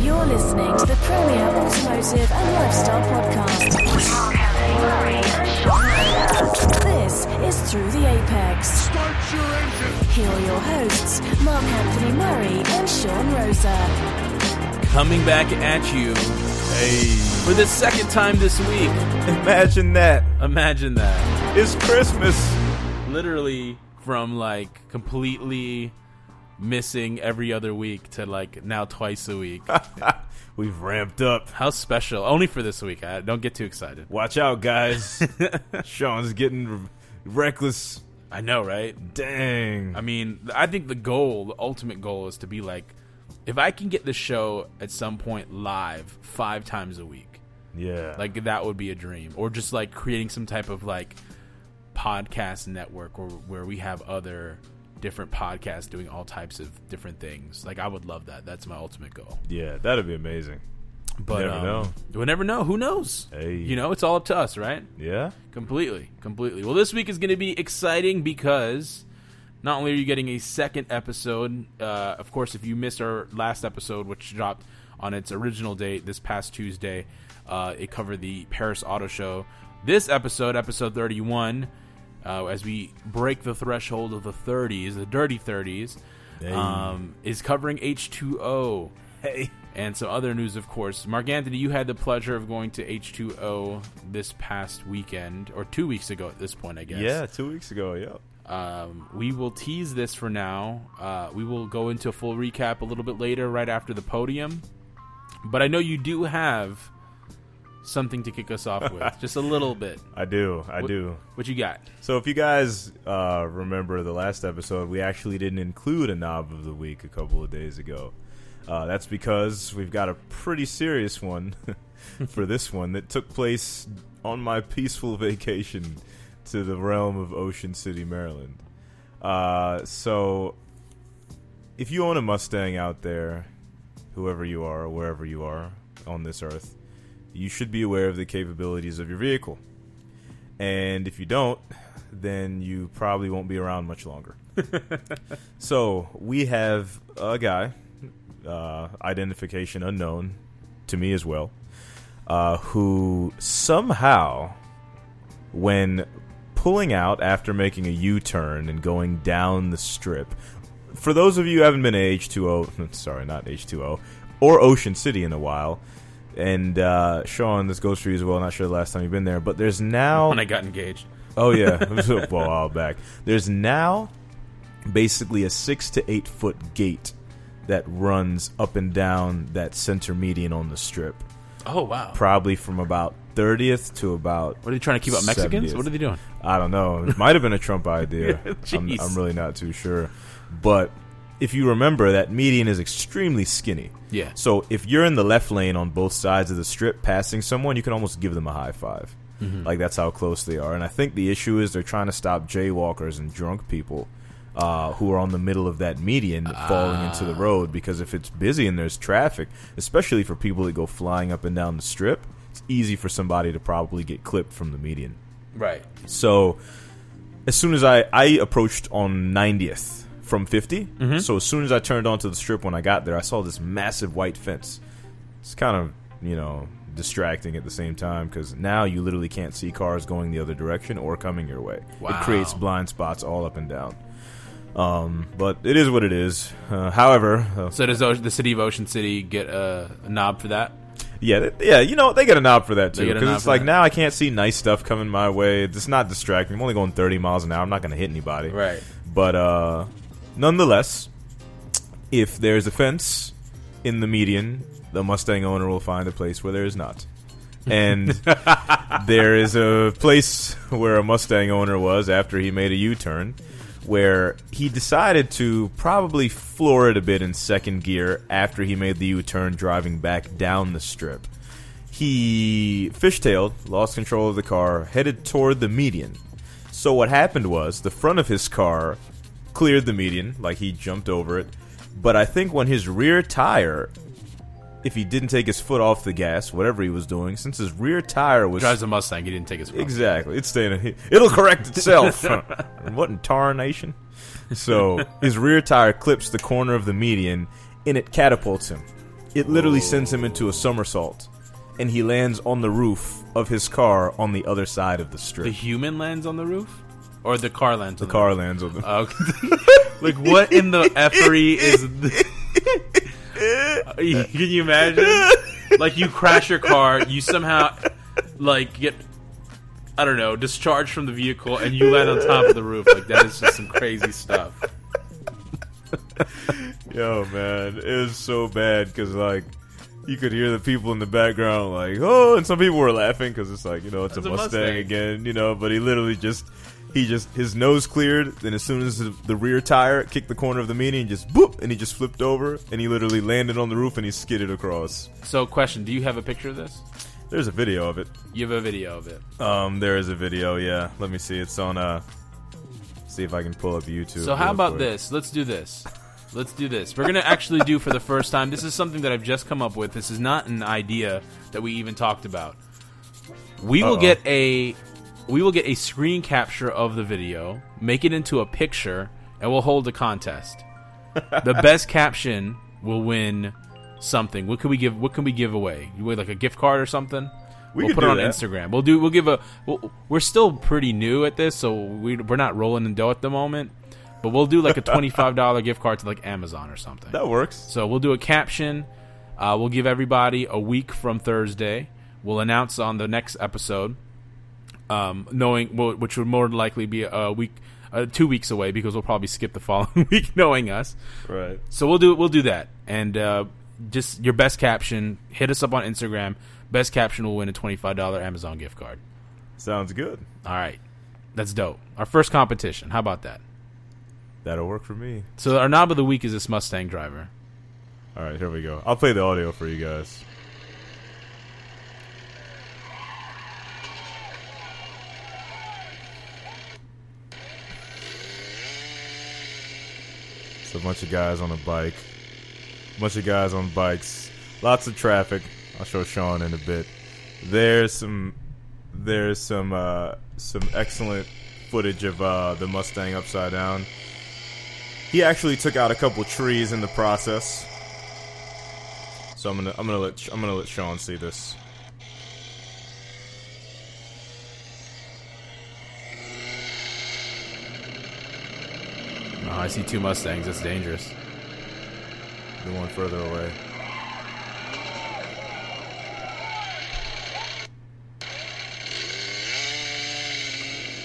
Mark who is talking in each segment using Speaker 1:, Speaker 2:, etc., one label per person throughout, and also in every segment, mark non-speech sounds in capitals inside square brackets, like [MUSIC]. Speaker 1: You're listening to the Premier Automotive and Lifestyle Podcast.
Speaker 2: With Mark Anthony Murray and Sean Loder.
Speaker 1: This is Through the Apex.
Speaker 3: Start your engine.
Speaker 1: Here are your hosts, Mark Anthony Murray and Sean Rosa.
Speaker 4: coming back at you
Speaker 5: Hey,
Speaker 4: for the second time this week.
Speaker 5: imagine that.
Speaker 4: Imagine that.
Speaker 5: It's Christmas.
Speaker 4: Literally from like completely missing every other week to like now twice a week.
Speaker 5: Ah. We've ramped up.
Speaker 4: How special. Only for this week. I don't get too excited.
Speaker 5: Watch
Speaker 4: [LAUGHS]
Speaker 5: out, guys. Sean's getting re- reckless.
Speaker 4: I know, right?
Speaker 5: Dang.
Speaker 4: I mean, I think the goal, the ultimate goal is to be like if I can get the show at some point live 5 times a week.
Speaker 5: yeah.
Speaker 4: Like that would be a dream, or just like creating some type of like podcast network, or where we have other different podcasts doing all types of different things. Like I would love that. That's my ultimate goal.
Speaker 5: yeah, that'd be amazing.
Speaker 4: But
Speaker 5: Never
Speaker 4: um,
Speaker 5: know.
Speaker 4: We'll never know. Who knows?
Speaker 5: Hey.
Speaker 4: You know, it's all up to us, right?
Speaker 5: Yeah?
Speaker 4: Completely, completely. Well, this week is going to be exciting because not only are you getting a second episode, uh, of course, if you missed our last episode, which dropped on its original date this past Tuesday, uh, it covered the Paris Auto Show. This episode, episode 31, uh, as we break the threshold of the 30s, the dirty 30s,
Speaker 5: Hey.
Speaker 4: um, is covering H2O.
Speaker 5: Hey.
Speaker 4: And some other news, of course. Mark Anthony, you had the pleasure of going to H2O this past weekend, or two weeks ago at this point, I guess.
Speaker 5: Yeah, two weeks ago. Yep.
Speaker 4: Um, we will tease this for now. Uh, we will go into a full recap a little bit later, right after the podium. But I know you do have something to kick us off [LAUGHS] with, just a little bit.
Speaker 5: I do. I do.
Speaker 4: What you got?
Speaker 5: So if you guys uh, remember the last episode, we actually didn't include a knob of the week a couple of days ago. Uh, that's because we've got a pretty serious one [LAUGHS] for this one that took place on my peaceful vacation to the realm of Ocean City, Maryland. Uh, so if you own a Mustang out there, whoever you are, or wherever you are on this earth, you should be aware of the capabilities of your vehicle. And if you don't, then you probably won't be around much longer. so we have a guy, uh, identification unknown to me as well, uh, who somehow, when pulling out after making a U turn and going down the strip, for those of you who haven't been to H2O, [LAUGHS] sorry, not H2O, or Ocean City in a while, and uh, Sean, this goes for you as well. Not sure the last time you've been there, but
Speaker 4: [LAUGHS]
Speaker 5: there's now
Speaker 4: When I got engaged.
Speaker 5: Oh yeah, [LAUGHS] it was a while back. There's now basically a six to eight foot gate that runs up and down that center median on the strip,
Speaker 4: Oh, wow.
Speaker 5: probably from about 30th to about
Speaker 4: What are they trying to keep up? Mexicans?
Speaker 5: 70th.
Speaker 4: What are they doing?
Speaker 5: I don't know. It might have been a
Speaker 4: [LAUGHS]
Speaker 5: Trump idea. I'm,
Speaker 4: Jeez.
Speaker 5: I'm really not too sure. But if you remember, that median is extremely skinny.
Speaker 4: Yeah.
Speaker 5: So if you're in the left lane on both sides of the strip passing someone, you can almost give them a high 5
Speaker 4: Mm-hmm.
Speaker 5: Like that's how close they are. And I think the issue is they're trying to stop jaywalkers and drunk people. Uh, who are on the middle of that median
Speaker 4: Ah.
Speaker 5: falling into the road because if it's busy and there's traffic, especially for people that go flying up and down the strip, it's easy for somebody to probably get clipped from the median.
Speaker 4: Right.
Speaker 5: So as soon as I I approached on 90th from 50,
Speaker 4: Mm-hmm.
Speaker 5: so as soon as I turned onto the strip when I got there, I saw this massive white fence. It's kind of you know distracting at the same time because now you literally can't see cars going the other direction or coming your way.
Speaker 4: Wow.
Speaker 5: It creates blind spots all up and down. Um, but it is what it is. Uh, however, uh,
Speaker 4: So does O- the city of Ocean City get a, a knob for that?
Speaker 5: Yeah, th- yeah, you know they get a knob for that
Speaker 4: They
Speaker 5: too
Speaker 4: get a
Speaker 5: because
Speaker 4: knob
Speaker 5: it's
Speaker 4: for
Speaker 5: like
Speaker 4: that.
Speaker 5: now I can't see nice stuff coming my way. It's not distracting. I'm only going 30 miles an hour. I'm not going to hit anybody.
Speaker 4: Right.
Speaker 5: But uh, nonetheless, if there's a fence in the median, the Mustang owner will find a place where there is not. And there is a place where a Mustang owner was after he made a U turn where he decided to probably floor it a bit in second gear after he made the U turn driving back down the strip. He fishtailed, lost control of the car, headed toward the median. So what happened was the front of his car cleared the median, like he jumped over it. But I think when his rear tire, if he didn't take his foot off the gas, whatever he was doing, since his rear tire was
Speaker 4: Drives a Mustang. He didn't take his. Mustang.
Speaker 5: Exactly. It's staying. It'll correct itself. what in tarnation? So his rear tire clips the corner of the median, and it catapults him It literally sends him into a somersault, and he lands on the roof of his car on the other side of the
Speaker 4: The
Speaker 5: strip.
Speaker 4: human lands on the roof, or the car lands.
Speaker 5: The
Speaker 4: on
Speaker 5: car lands on the.
Speaker 4: The roof? Okay. [LAUGHS] like what in the effery is?
Speaker 5: [LAUGHS]
Speaker 4: Th- [LAUGHS] Can you imagine? Like you crash your car, you somehow like get. I don't know, discharged from the vehicle, and you land on top of the roof. Like that is just some crazy stuff.
Speaker 5: Yo, man, it was so bad because like you could hear the people in the background like, oh, and some people were laughing because it's like you know it's a
Speaker 4: It's a
Speaker 5: Mustang,
Speaker 4: Mustang.
Speaker 5: again, you know. But he literally just he just his nose cleared, then as soon as the, the rear tire kicked the corner of the median, just boop, and he just flipped over, and he literally landed on the roof and he skidded across.
Speaker 4: So, question: Do you have a picture of this?
Speaker 5: There's a video of it.
Speaker 4: You have a video of it.
Speaker 5: Um, there is a video. Yeah, let me see. It's on uh, see if I can pull up YouTube.
Speaker 4: So how
Speaker 5: real
Speaker 4: about
Speaker 5: quick.
Speaker 4: this? Let's do this. Let's do this. We're gonna actually do for the first time. This is something that I've just come up with. This is not an idea that we even talked about. We will
Speaker 5: Uh-oh.
Speaker 4: get a we will get a screen capture of the video, make it into a picture, and we'll hold a contest. the
Speaker 5: [LAUGHS]
Speaker 4: best caption will win something. What can we give? What can we give away? You would like a gift card or something?
Speaker 5: We
Speaker 4: will
Speaker 5: could
Speaker 4: put it
Speaker 5: do
Speaker 4: on
Speaker 5: that.
Speaker 4: Instagram. We'll do. We'll give a. We'll, we're still pretty new at this, so we, we're not rolling in dough at the moment. But we'll do like a twenty-five dollar gift card to like Amazon or something.
Speaker 5: That works.
Speaker 4: So we'll do a caption. Uh, we'll give everybody a week from Thursday. We'll announce on the next episode, um, knowing wh- which would more than likely be a week, uh, two weeks away because we'll probably skip the following [LAUGHS] week, knowing us.
Speaker 5: Right.
Speaker 4: So we'll do we'll do that, and uh, just your best caption. Hit us up on Instagram. Best caption will win a twenty five dollar Amazon gift card.
Speaker 5: Sounds good.
Speaker 4: All right, that's dope. Our first competition. How about that?
Speaker 5: That'll work for me.
Speaker 4: So our knob of the week is this Mustang driver.
Speaker 5: All right, here we go. I'll play the audio for you guys. It's a bunch of guys on a bike. bunch of guys on bikes. Lots of traffic. I'll show Sean in a bit. There's some there's some uh, some excellent footage of uh, the Mustang upside down. He actually took out a couple trees in the process. So I'm gonna I'm gonna let I'm gonna let Sean see this.
Speaker 4: Oh, I see two Mustangs. That's dangerous.
Speaker 5: The one further away.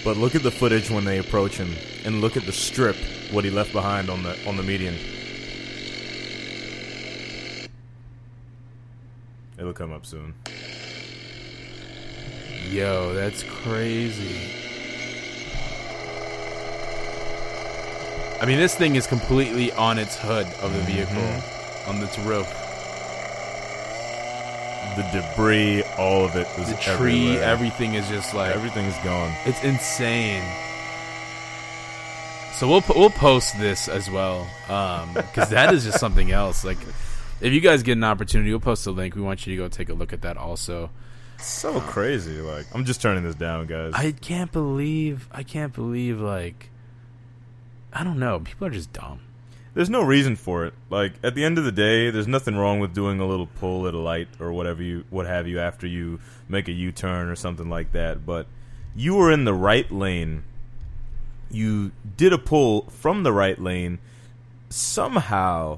Speaker 5: But look at the footage when they approach him, and look at the strip what he left behind on the on the median. It'll come up soon.
Speaker 4: Yo, that's crazy. I mean, this thing is completely on its hood of the vehicle, on its roof.
Speaker 5: The debris, all of it is
Speaker 4: The tree,
Speaker 5: everywhere.
Speaker 4: everything is just like
Speaker 5: everything's gone.
Speaker 4: It's insane. So we'll po- we'll post this as well because that is just something else. Like, if you guys get an opportunity, we'll post a link. We want you to go take a look at that. Also,
Speaker 5: So crazy. Like I'm just turning this down, guys.
Speaker 4: I can't believe I can't believe like I don't know. People are just dumb.
Speaker 5: there's no reason for it. Like at the end of the day, there's nothing wrong with doing a little pull at a light or whatever you what have you after you make a U-turn or something like that, but you were in the right lane. You did a pull from the right lane. Somehow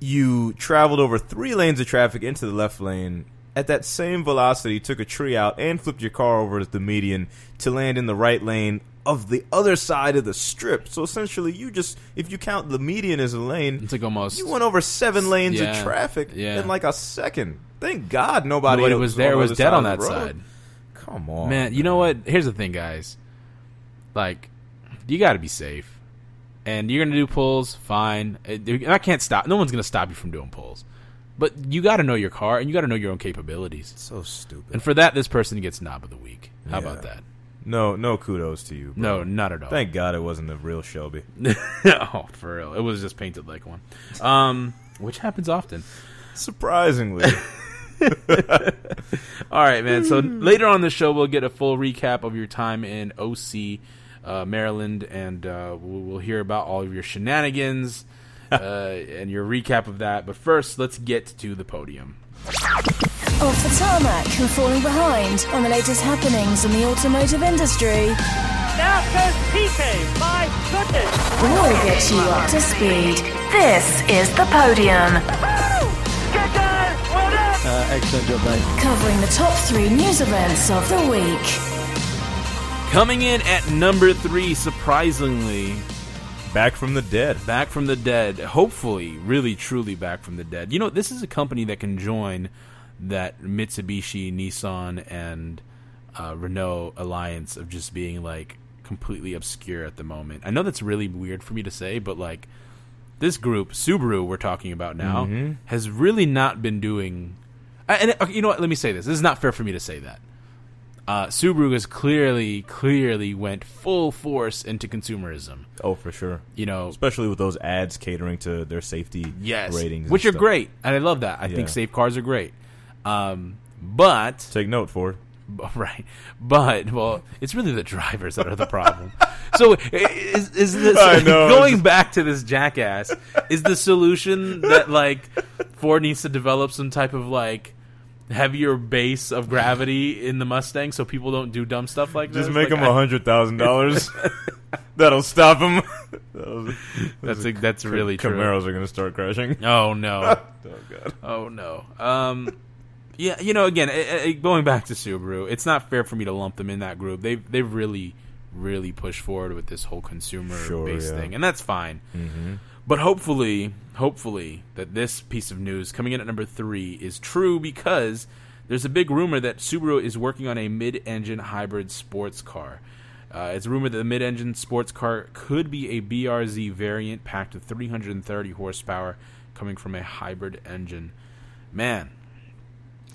Speaker 5: you traveled over 3 lanes of traffic into the left lane. At that same velocity, took a tree out and flipped your car over at the median to land in the right lane of the other side of the strip. So essentially, you just, if you count the median as a lane,
Speaker 4: It's like almost
Speaker 5: you went over seven lanes
Speaker 4: Yeah,
Speaker 5: of traffic
Speaker 4: yeah.
Speaker 5: in like a second. Thank God nobody,
Speaker 4: nobody
Speaker 5: else
Speaker 4: was there
Speaker 5: on the
Speaker 4: was
Speaker 5: other
Speaker 4: dead
Speaker 5: side
Speaker 4: on
Speaker 5: of
Speaker 4: that
Speaker 5: the road.
Speaker 4: side.
Speaker 5: Come on,
Speaker 4: man, you know what? Here's the thing, guys. Like, you got to be safe, and you're gonna do pulls. Fine, Uh, I can't stop. No one's gonna stop you from doing pulls, but you got to know your car and you got to know your own capabilities.
Speaker 5: So stupid.
Speaker 4: And for that, this person gets knob of the week. How about
Speaker 5: Yeah.
Speaker 4: that?
Speaker 5: no, no kudos to you. Bro.
Speaker 4: No, not at all. [LAUGHS]
Speaker 5: Thank God it wasn't the real Shelby.
Speaker 4: oh, for real, it was just painted like one, um, which happens often. [LAUGHS]
Speaker 5: Surprisingly,
Speaker 4: All right, man. So later on the show, we'll get a full recap of your time in OC, uh, Maryland, and uh, we'll, we'll hear about all of your shenanigans uh, and your recap of that. But first, let's get to the podium.
Speaker 1: Off the tarmac and falling behind on the latest happenings in the automotive industry,
Speaker 3: Now says PK. My goodness.
Speaker 1: we'll get you up to speed.
Speaker 2: This is the podium.
Speaker 3: Get down. Well done.
Speaker 6: Uh, excellent job, mate.
Speaker 1: Covering the top three news events of the week.
Speaker 4: Coming in at number three, surprisingly,
Speaker 5: Back from the dead.
Speaker 4: back from the dead. Hopefully, really, truly back from the dead. You know, this is a company that can join that Mitsubishi, Nissan, and uh, Renault alliance of just being like completely obscure at the moment. I know that's really weird for me to say, but like this group, Subaru, we're talking about now, has really not been doing. I- And okay, you know what? Let me say this. This is not fair for me to say that. Uh, Subaru has clearly, clearly went full force into consumerism.
Speaker 5: Oh, for sure.
Speaker 4: You know,
Speaker 5: Especially with those ads catering to their safety
Speaker 4: yes,
Speaker 5: ratings, and
Speaker 4: which are
Speaker 5: stuff.
Speaker 4: great, and I love that. I
Speaker 5: Yeah.
Speaker 4: think safe cars are great. Um, but [LAUGHS]
Speaker 5: Take note, Ford.
Speaker 4: right, but well, it's really the drivers that are the problem. so i- is, is this
Speaker 5: I know,
Speaker 4: going
Speaker 5: just-
Speaker 4: back to this jackass? Is the solution that like Ford needs to develop some type of like heavier base of gravity in the Mustang so people don't do dumb stuff like this?
Speaker 5: Just make
Speaker 4: Like,
Speaker 5: them a hundred
Speaker 4: [LAUGHS]
Speaker 5: thousand dollars. [LAUGHS] That'll stop [LAUGHS] them.
Speaker 4: I- That's that's really true.
Speaker 5: Camaros are gonna start crashing.
Speaker 4: Oh no.
Speaker 5: Oh god.
Speaker 4: Oh no. Um, yeah, you know, again, I, I, going back to Subaru, it's not fair for me to lump them in that group. They've they've really really pushed forward with this whole consumer
Speaker 5: Sure,
Speaker 4: based
Speaker 5: yeah. Mm-hmm.
Speaker 4: thing, and that's fine. But hopefully, hopefully that this piece of news coming in at number three is true because there's a big rumor that Subaru is working on a mid-engine hybrid sports car. Uh, it's rumored that the mid-engine sports car could be a BRZ variant packed with 330 horsepower coming from a hybrid engine. Man,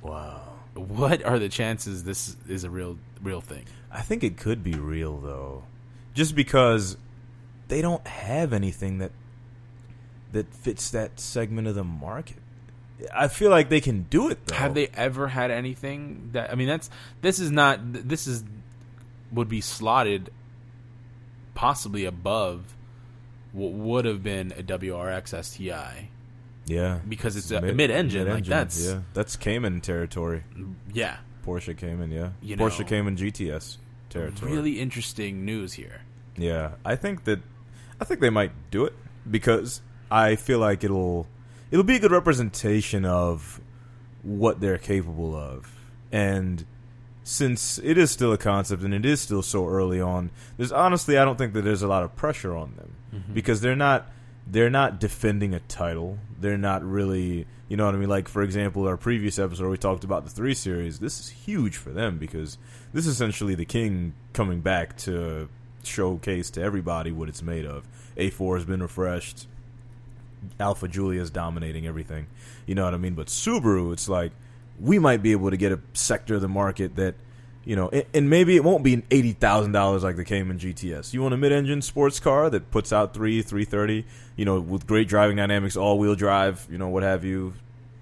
Speaker 5: Wow.
Speaker 4: what are the chances this is a real real thing?
Speaker 5: I think it could be real though, just because they don't have anything that that fits that segment of the market. I feel like they can do it though.
Speaker 4: Have they ever had anything that I mean that's this is not th- this is would be slotted possibly above what would have been a WRX STI
Speaker 5: Yeah,
Speaker 4: because it's a mid-engine, like, that's-
Speaker 5: yeah, that's Cayman territory.
Speaker 4: yeah
Speaker 5: Porsche Cayman, yeah,
Speaker 4: You
Speaker 5: Porsche
Speaker 4: know.
Speaker 5: Cayman GTS territory.
Speaker 4: really interesting news here
Speaker 5: Yeah, I think that I think they might do it because I feel like it'll it'll be a good representation of what they're capable of. And since it is still a concept and it is still so early on, there's honestly I don't think that there's a lot of pressure on them because they're not they're not defending a title. They're not really, you know what I mean? Like for example, our previous episode we talked about the 3 series. This is huge for them because this is essentially the king coming back to showcase to everybody what it's made of. A4 has been refreshed. Alpha Julia's dominating everything. You know what I mean? But Subaru, it's like we might be able to get a sector of the market that you know, and, and maybe it won't be an eighty thousand dollars like the Cayman GTS. You want a mid-engine sports car that puts out three, three thirty. You know, with great driving dynamics, all-wheel drive. You know, what have you?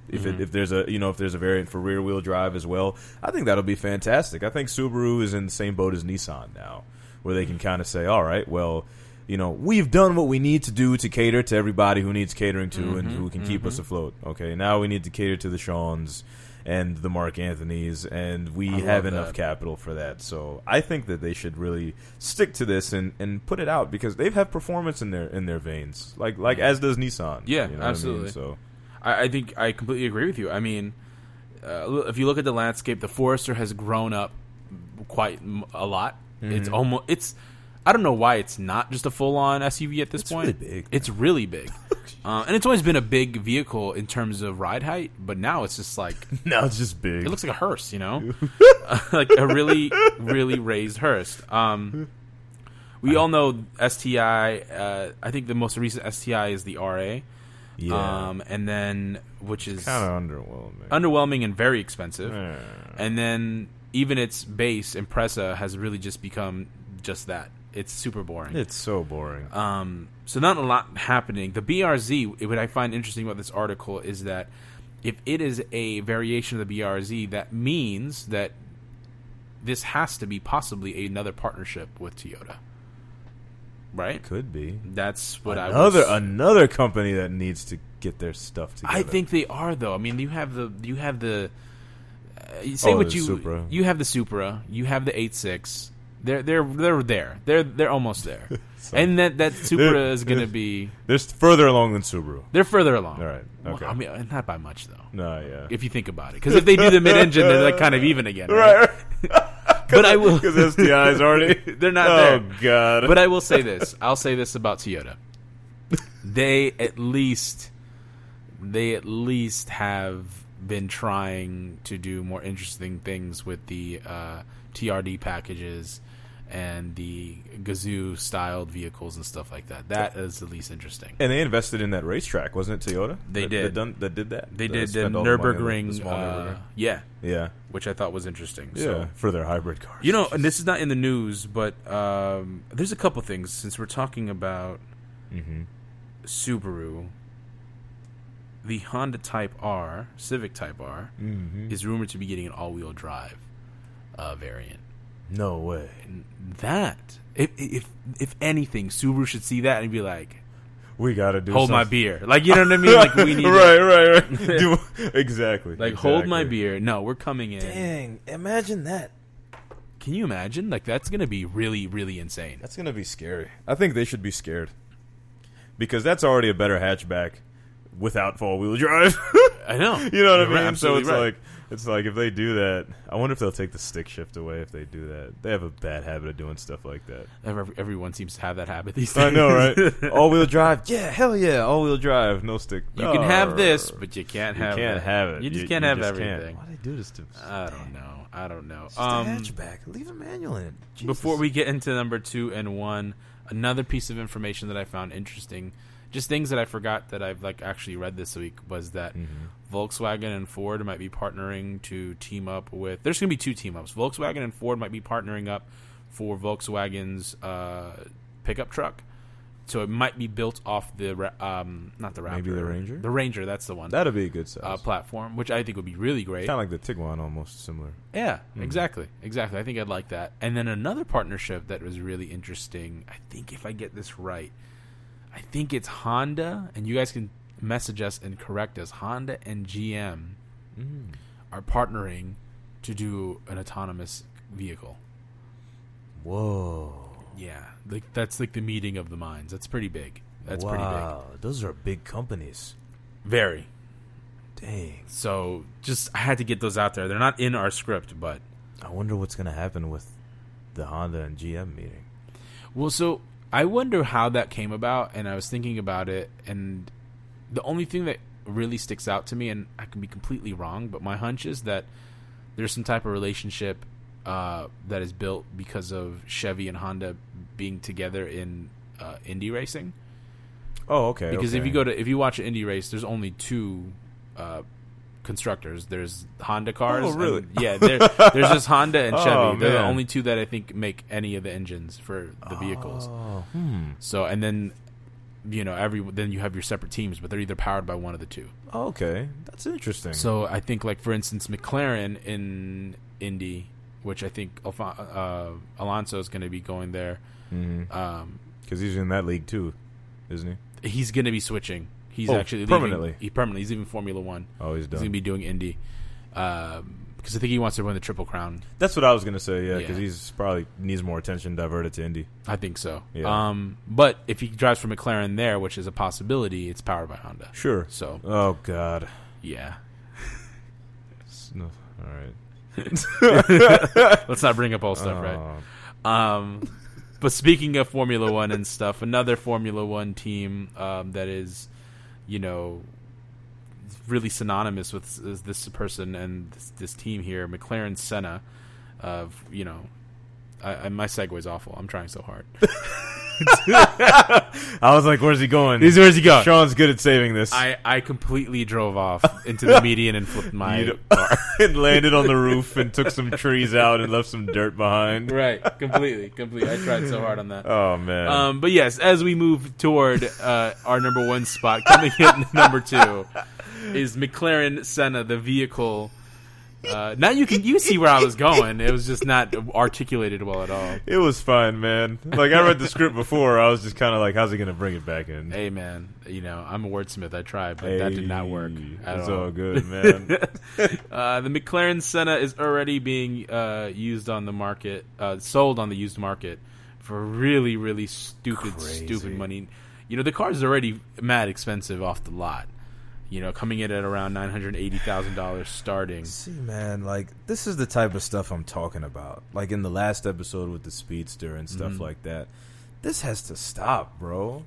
Speaker 5: If
Speaker 4: Mm-hmm.
Speaker 5: it, if there's a you know if there's a variant for rear-wheel drive as well, I think that'll be fantastic. I think Subaru is in the same boat as Nissan now, where they can
Speaker 4: Mm-hmm.
Speaker 5: kind of say, all right, well, you know, we've done what we need to do to cater to everybody who needs catering to and
Speaker 4: Mm-hmm.
Speaker 5: who can keep us afloat. Okay, now we need to cater to the Sean's and the Mark Anthony's, and we
Speaker 4: love
Speaker 5: have enough
Speaker 4: that.
Speaker 5: capital for that. So I think that they should really stick to this and, and put it out because they've had performance in their in their veins, like like as does Nissan.
Speaker 4: Mm-hmm. Yeah,
Speaker 5: You know what I mean?
Speaker 4: absolutely.
Speaker 5: So [LAUGHS]
Speaker 4: I, I think I completely agree with you. I mean, uh, l- if you look at the landscape, the Forester has grown up quite m- a lot. It's
Speaker 5: Mm-hmm.
Speaker 4: almost it's. I don't know why it's not just a full on SUV at this point.
Speaker 5: really big.
Speaker 4: It's really big,
Speaker 5: [LAUGHS]
Speaker 4: um, and it's always been a big vehicle in terms of ride height. But now it's just like
Speaker 5: now it's just big.
Speaker 4: it looks like a hearse, you
Speaker 5: [LAUGHS]
Speaker 4: know, [LAUGHS] like a really, really raised hearse. Um, we all know STI. Uh, I think the most recent STI is the RA.
Speaker 5: yeah,
Speaker 4: Um, and then which is
Speaker 5: kind of underwhelming. Eh,
Speaker 4: underwhelming and very expensive.
Speaker 5: Yeah.
Speaker 4: And then even its base Impressa has really just become just that. It's super boring.
Speaker 5: it's so boring.
Speaker 4: Um, so not a lot happening. The BRZ, what I find interesting about this article is that if it is a variation of the BRZ, that means that this has to be possibly another partnership with Toyota. right?
Speaker 5: Could be
Speaker 4: That's what I was.
Speaker 5: another another company that needs to get their stuff together.
Speaker 4: I think they are though. I mean, you have the you have the uh, you say
Speaker 5: Oh,
Speaker 4: what
Speaker 5: the
Speaker 4: you
Speaker 5: Supra.
Speaker 4: you have the Supra, you have the 86. They're they're they're there. They're they're almost
Speaker 5: [LAUGHS]
Speaker 4: there. and that that Supra
Speaker 5: They're-
Speaker 4: is going to be
Speaker 5: they're s- further along than Subaru.
Speaker 4: they're further along.
Speaker 5: All right,
Speaker 4: Well,
Speaker 5: okay.
Speaker 4: I mean, uh, not by much though.
Speaker 5: No, yeah,
Speaker 4: If you think about it, because if they do the mid-engine, they're like kind of even again, right?
Speaker 5: [LAUGHS] right.
Speaker 4: But I
Speaker 5: [LAUGHS]
Speaker 4: will.
Speaker 5: Because STI's already
Speaker 4: [LAUGHS] They're [LAUGHS] not
Speaker 5: Oh
Speaker 4: there.
Speaker 5: god.
Speaker 4: But I will say this. I'll say this about Toyota. They at least they at least have been trying to do more interesting things with the uh, TRD packages and the Gazoo styled vehicles and stuff like that. That is the least interesting.
Speaker 5: and they invested in that racetrack, wasn't it? Toyota.
Speaker 4: They
Speaker 5: that,
Speaker 4: did.
Speaker 5: That, done, that did that.
Speaker 4: They
Speaker 5: That
Speaker 4: did the
Speaker 5: spent all money on the- the
Speaker 4: Nurburgring,
Speaker 5: small
Speaker 4: uh,
Speaker 5: Nürburgring.
Speaker 4: yeah,
Speaker 5: Yeah,
Speaker 4: which I thought was interesting.
Speaker 5: yeah,
Speaker 4: So
Speaker 5: for their hybrid cars.
Speaker 4: You know, and this is not in the news, but um, there's a couple things since we're talking about
Speaker 5: Mm-hmm.
Speaker 4: Subaru. The Honda Type R, Civic Type R,
Speaker 5: Mm-hmm.
Speaker 4: is rumored to be getting an all-wheel drive uh, variant.
Speaker 5: no way.
Speaker 4: That, if if if anything, Subaru should see that and be like,
Speaker 5: We gotta do.
Speaker 4: "Hold my
Speaker 5: something.
Speaker 4: beer," like you know what I mean? Like
Speaker 5: [LAUGHS]
Speaker 4: we need, to-
Speaker 5: right, right, right. [LAUGHS] Do- exactly.
Speaker 4: like hold my
Speaker 5: exactly.
Speaker 4: beer. No, we're coming in.
Speaker 5: Dang! Imagine that.
Speaker 4: Can you imagine? Like that's gonna be really, really insane.
Speaker 5: That's gonna be scary. I think they should be scared because that's already a better hatchback without four wheel drive. [LAUGHS]
Speaker 4: I know.
Speaker 5: you know what I
Speaker 4: You're
Speaker 5: mean?
Speaker 4: right,
Speaker 5: so
Speaker 4: absolutely
Speaker 5: it's
Speaker 4: right.
Speaker 5: like it's like if they do that, I wonder if they'll take the stick shift away if they do that. They have a bad habit of doing stuff like
Speaker 4: [LAUGHS]
Speaker 5: that.
Speaker 4: Every- Everyone seems to have that habit these days.
Speaker 5: [LAUGHS] I know, right? Oh, all wheel drive, yeah, hell yeah, all wheel drive, no stick.
Speaker 4: You can have this,
Speaker 5: Arr.
Speaker 4: but you can't
Speaker 5: uh, you
Speaker 4: have
Speaker 5: can't
Speaker 4: that.
Speaker 5: have it.
Speaker 4: You just can't have everything.
Speaker 5: Why do they do this to?
Speaker 4: I don't know. I don't know.
Speaker 5: It's just a
Speaker 4: Um,
Speaker 5: hatchback. Leave a manual in it. Jesus.
Speaker 4: before we get into number two and one, another piece of information that I found interesting, just things that I forgot that I've like actually read this week was that
Speaker 5: Mm-hmm.
Speaker 4: Volkswagen and Ford might be partnering to team up with. There's going to be two team ups. Volkswagen and Ford might be partnering up for Volkswagen's uh, pickup truck. So it might be built off the Ra- um, not the Raptor,
Speaker 5: Maybe the Ranger?
Speaker 4: The Ranger, that's the one.
Speaker 5: that'd be a good size.
Speaker 4: uh, platform, which I think would be really great.
Speaker 5: kind of like the Tiguan, almost similar.
Speaker 4: Yeah, exactly, exactly. I think I'd like that. And then another partnership that was really interesting. I think if I get this right, I think it's Honda, and you guys can message us and correct us. Honda and GM are partnering to do an autonomous vehicle.
Speaker 5: Whoa.
Speaker 4: Yeah, like that's like the meeting of the minds. That's pretty big. That's pretty
Speaker 5: Those are big companies.
Speaker 4: big. Very.
Speaker 5: Dang.
Speaker 4: So just I had to get those out there. They're not in our script, but
Speaker 5: I wonder what's going to happen with the Honda and GM meeting.
Speaker 4: Well, so I wonder how that came about, and I was thinking about it, and the only thing that really sticks out to me, and I can be completely wrong, but my hunch is that there's some type of relationship uh, that is built because of Chevy and Honda being together in uh, Indy racing.
Speaker 5: Oh, okay.
Speaker 4: Because if you go to if you watch an Indy race, there's only two. Uh, constructors there's honda cars
Speaker 5: Oh, really?
Speaker 4: and- yeah there- there's
Speaker 5: [LAUGHS]
Speaker 4: just honda and
Speaker 5: Oh,
Speaker 4: chevy they're the
Speaker 5: man.
Speaker 4: only two that i think make any of the engines for the vehicles
Speaker 5: Oh, hmm.
Speaker 4: so and then you know every then you have your separate teams, but they're either powered by one of the two.
Speaker 5: Oh, Okay. That's interesting.
Speaker 4: So I think like for instance McLaren in Indy, which I think Alfon uh, Alonso is going to be going there. Um,
Speaker 5: Because Mm-hmm. he's in that league too, isn't he?
Speaker 4: he's going to be switching. He's
Speaker 5: Oh,
Speaker 4: actually leaving-
Speaker 5: permanently.
Speaker 4: He permanently. He's even Formula One.
Speaker 5: Oh, he's
Speaker 4: He's going to
Speaker 5: done.
Speaker 4: be doing Indy because I think he wants to win the Triple Crown.
Speaker 5: That's what I was going to say, yeah,
Speaker 4: Yeah.
Speaker 5: because he's probably needs more attention diverted to Indy.
Speaker 4: I think so.
Speaker 5: Yeah.
Speaker 4: Um, but if he drives for McLaren there, which is a possibility, it's powered by Honda.
Speaker 5: Sure.
Speaker 4: So
Speaker 5: Oh, God.
Speaker 4: yeah,
Speaker 5: It's no- all right.
Speaker 4: let's not bring up all stuff, right?
Speaker 5: Oh,
Speaker 4: Um, but speaking of Formula One and stuff, another Formula One team um, that is, you know, really synonymous with is this person and this, this team here, McLaren Senna. Of you know, I, I, my segue is awful. I'm trying so [LAUGHS] hard.
Speaker 5: I was like, where's he going?
Speaker 4: where's he going?
Speaker 5: Sean's good at saving this.
Speaker 4: I, I completely drove off into [LAUGHS] the median and flipped my
Speaker 5: You don't- and [LAUGHS] landed on the roof and took some trees out and left some dirt
Speaker 4: [LAUGHS]
Speaker 5: behind.
Speaker 4: right completely completely. I tried so hard on that.
Speaker 5: Oh man.
Speaker 4: Um, but yes, as we move toward uh, our number one spot, coming in at number two is McLaren Senna, the vehicle Uh, now you can you see where I was going. It was just not articulated well at all.
Speaker 5: It was fun, man. Like I read
Speaker 4: [LAUGHS]
Speaker 5: the script before, I was just kind of like, "How's he gonna bring it back in?"
Speaker 4: Hey man, you know I'm a wordsmith. I tried, but that did not work
Speaker 5: Hey,
Speaker 4: at
Speaker 5: it's
Speaker 4: all. [LAUGHS]
Speaker 5: all good, man.
Speaker 4: Uh, the McLaren Senna is already being uh, used on the market, uh, sold on the used market for really, really stupid, stupid money. You know, the car is already mad expensive off the lot. You know, coming in at around nine hundred eighty thousand dollars starting.
Speaker 5: See, man, like this is the type of stuff I'm talking about. Like in the last episode with the speedster and stuff like that. This has to stop, bro.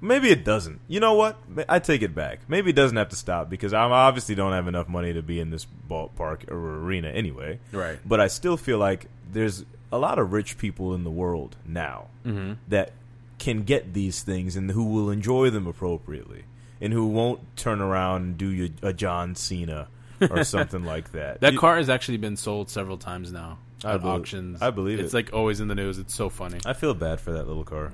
Speaker 5: Maybe it doesn't. You know what? Ma- I take it back. Maybe it doesn't have to stop because I obviously don't have enough money to be in this ballpark or arena anyway.
Speaker 4: Right.
Speaker 5: But I still feel like there's a lot of rich people in the world now
Speaker 4: Mm-hmm.
Speaker 5: that can get these things and who will enjoy them appropriately and who won't turn around and do your, a John Cena
Speaker 4: [LAUGHS]
Speaker 5: or something like that.
Speaker 4: That
Speaker 5: You-
Speaker 4: car has actually been sold several times now
Speaker 5: I
Speaker 4: at
Speaker 5: bel-
Speaker 4: auctions.
Speaker 5: I believe
Speaker 4: it's
Speaker 5: it.
Speaker 4: like always in the news. It's so funny.
Speaker 5: I feel bad for that
Speaker 4: [LAUGHS]
Speaker 5: little car.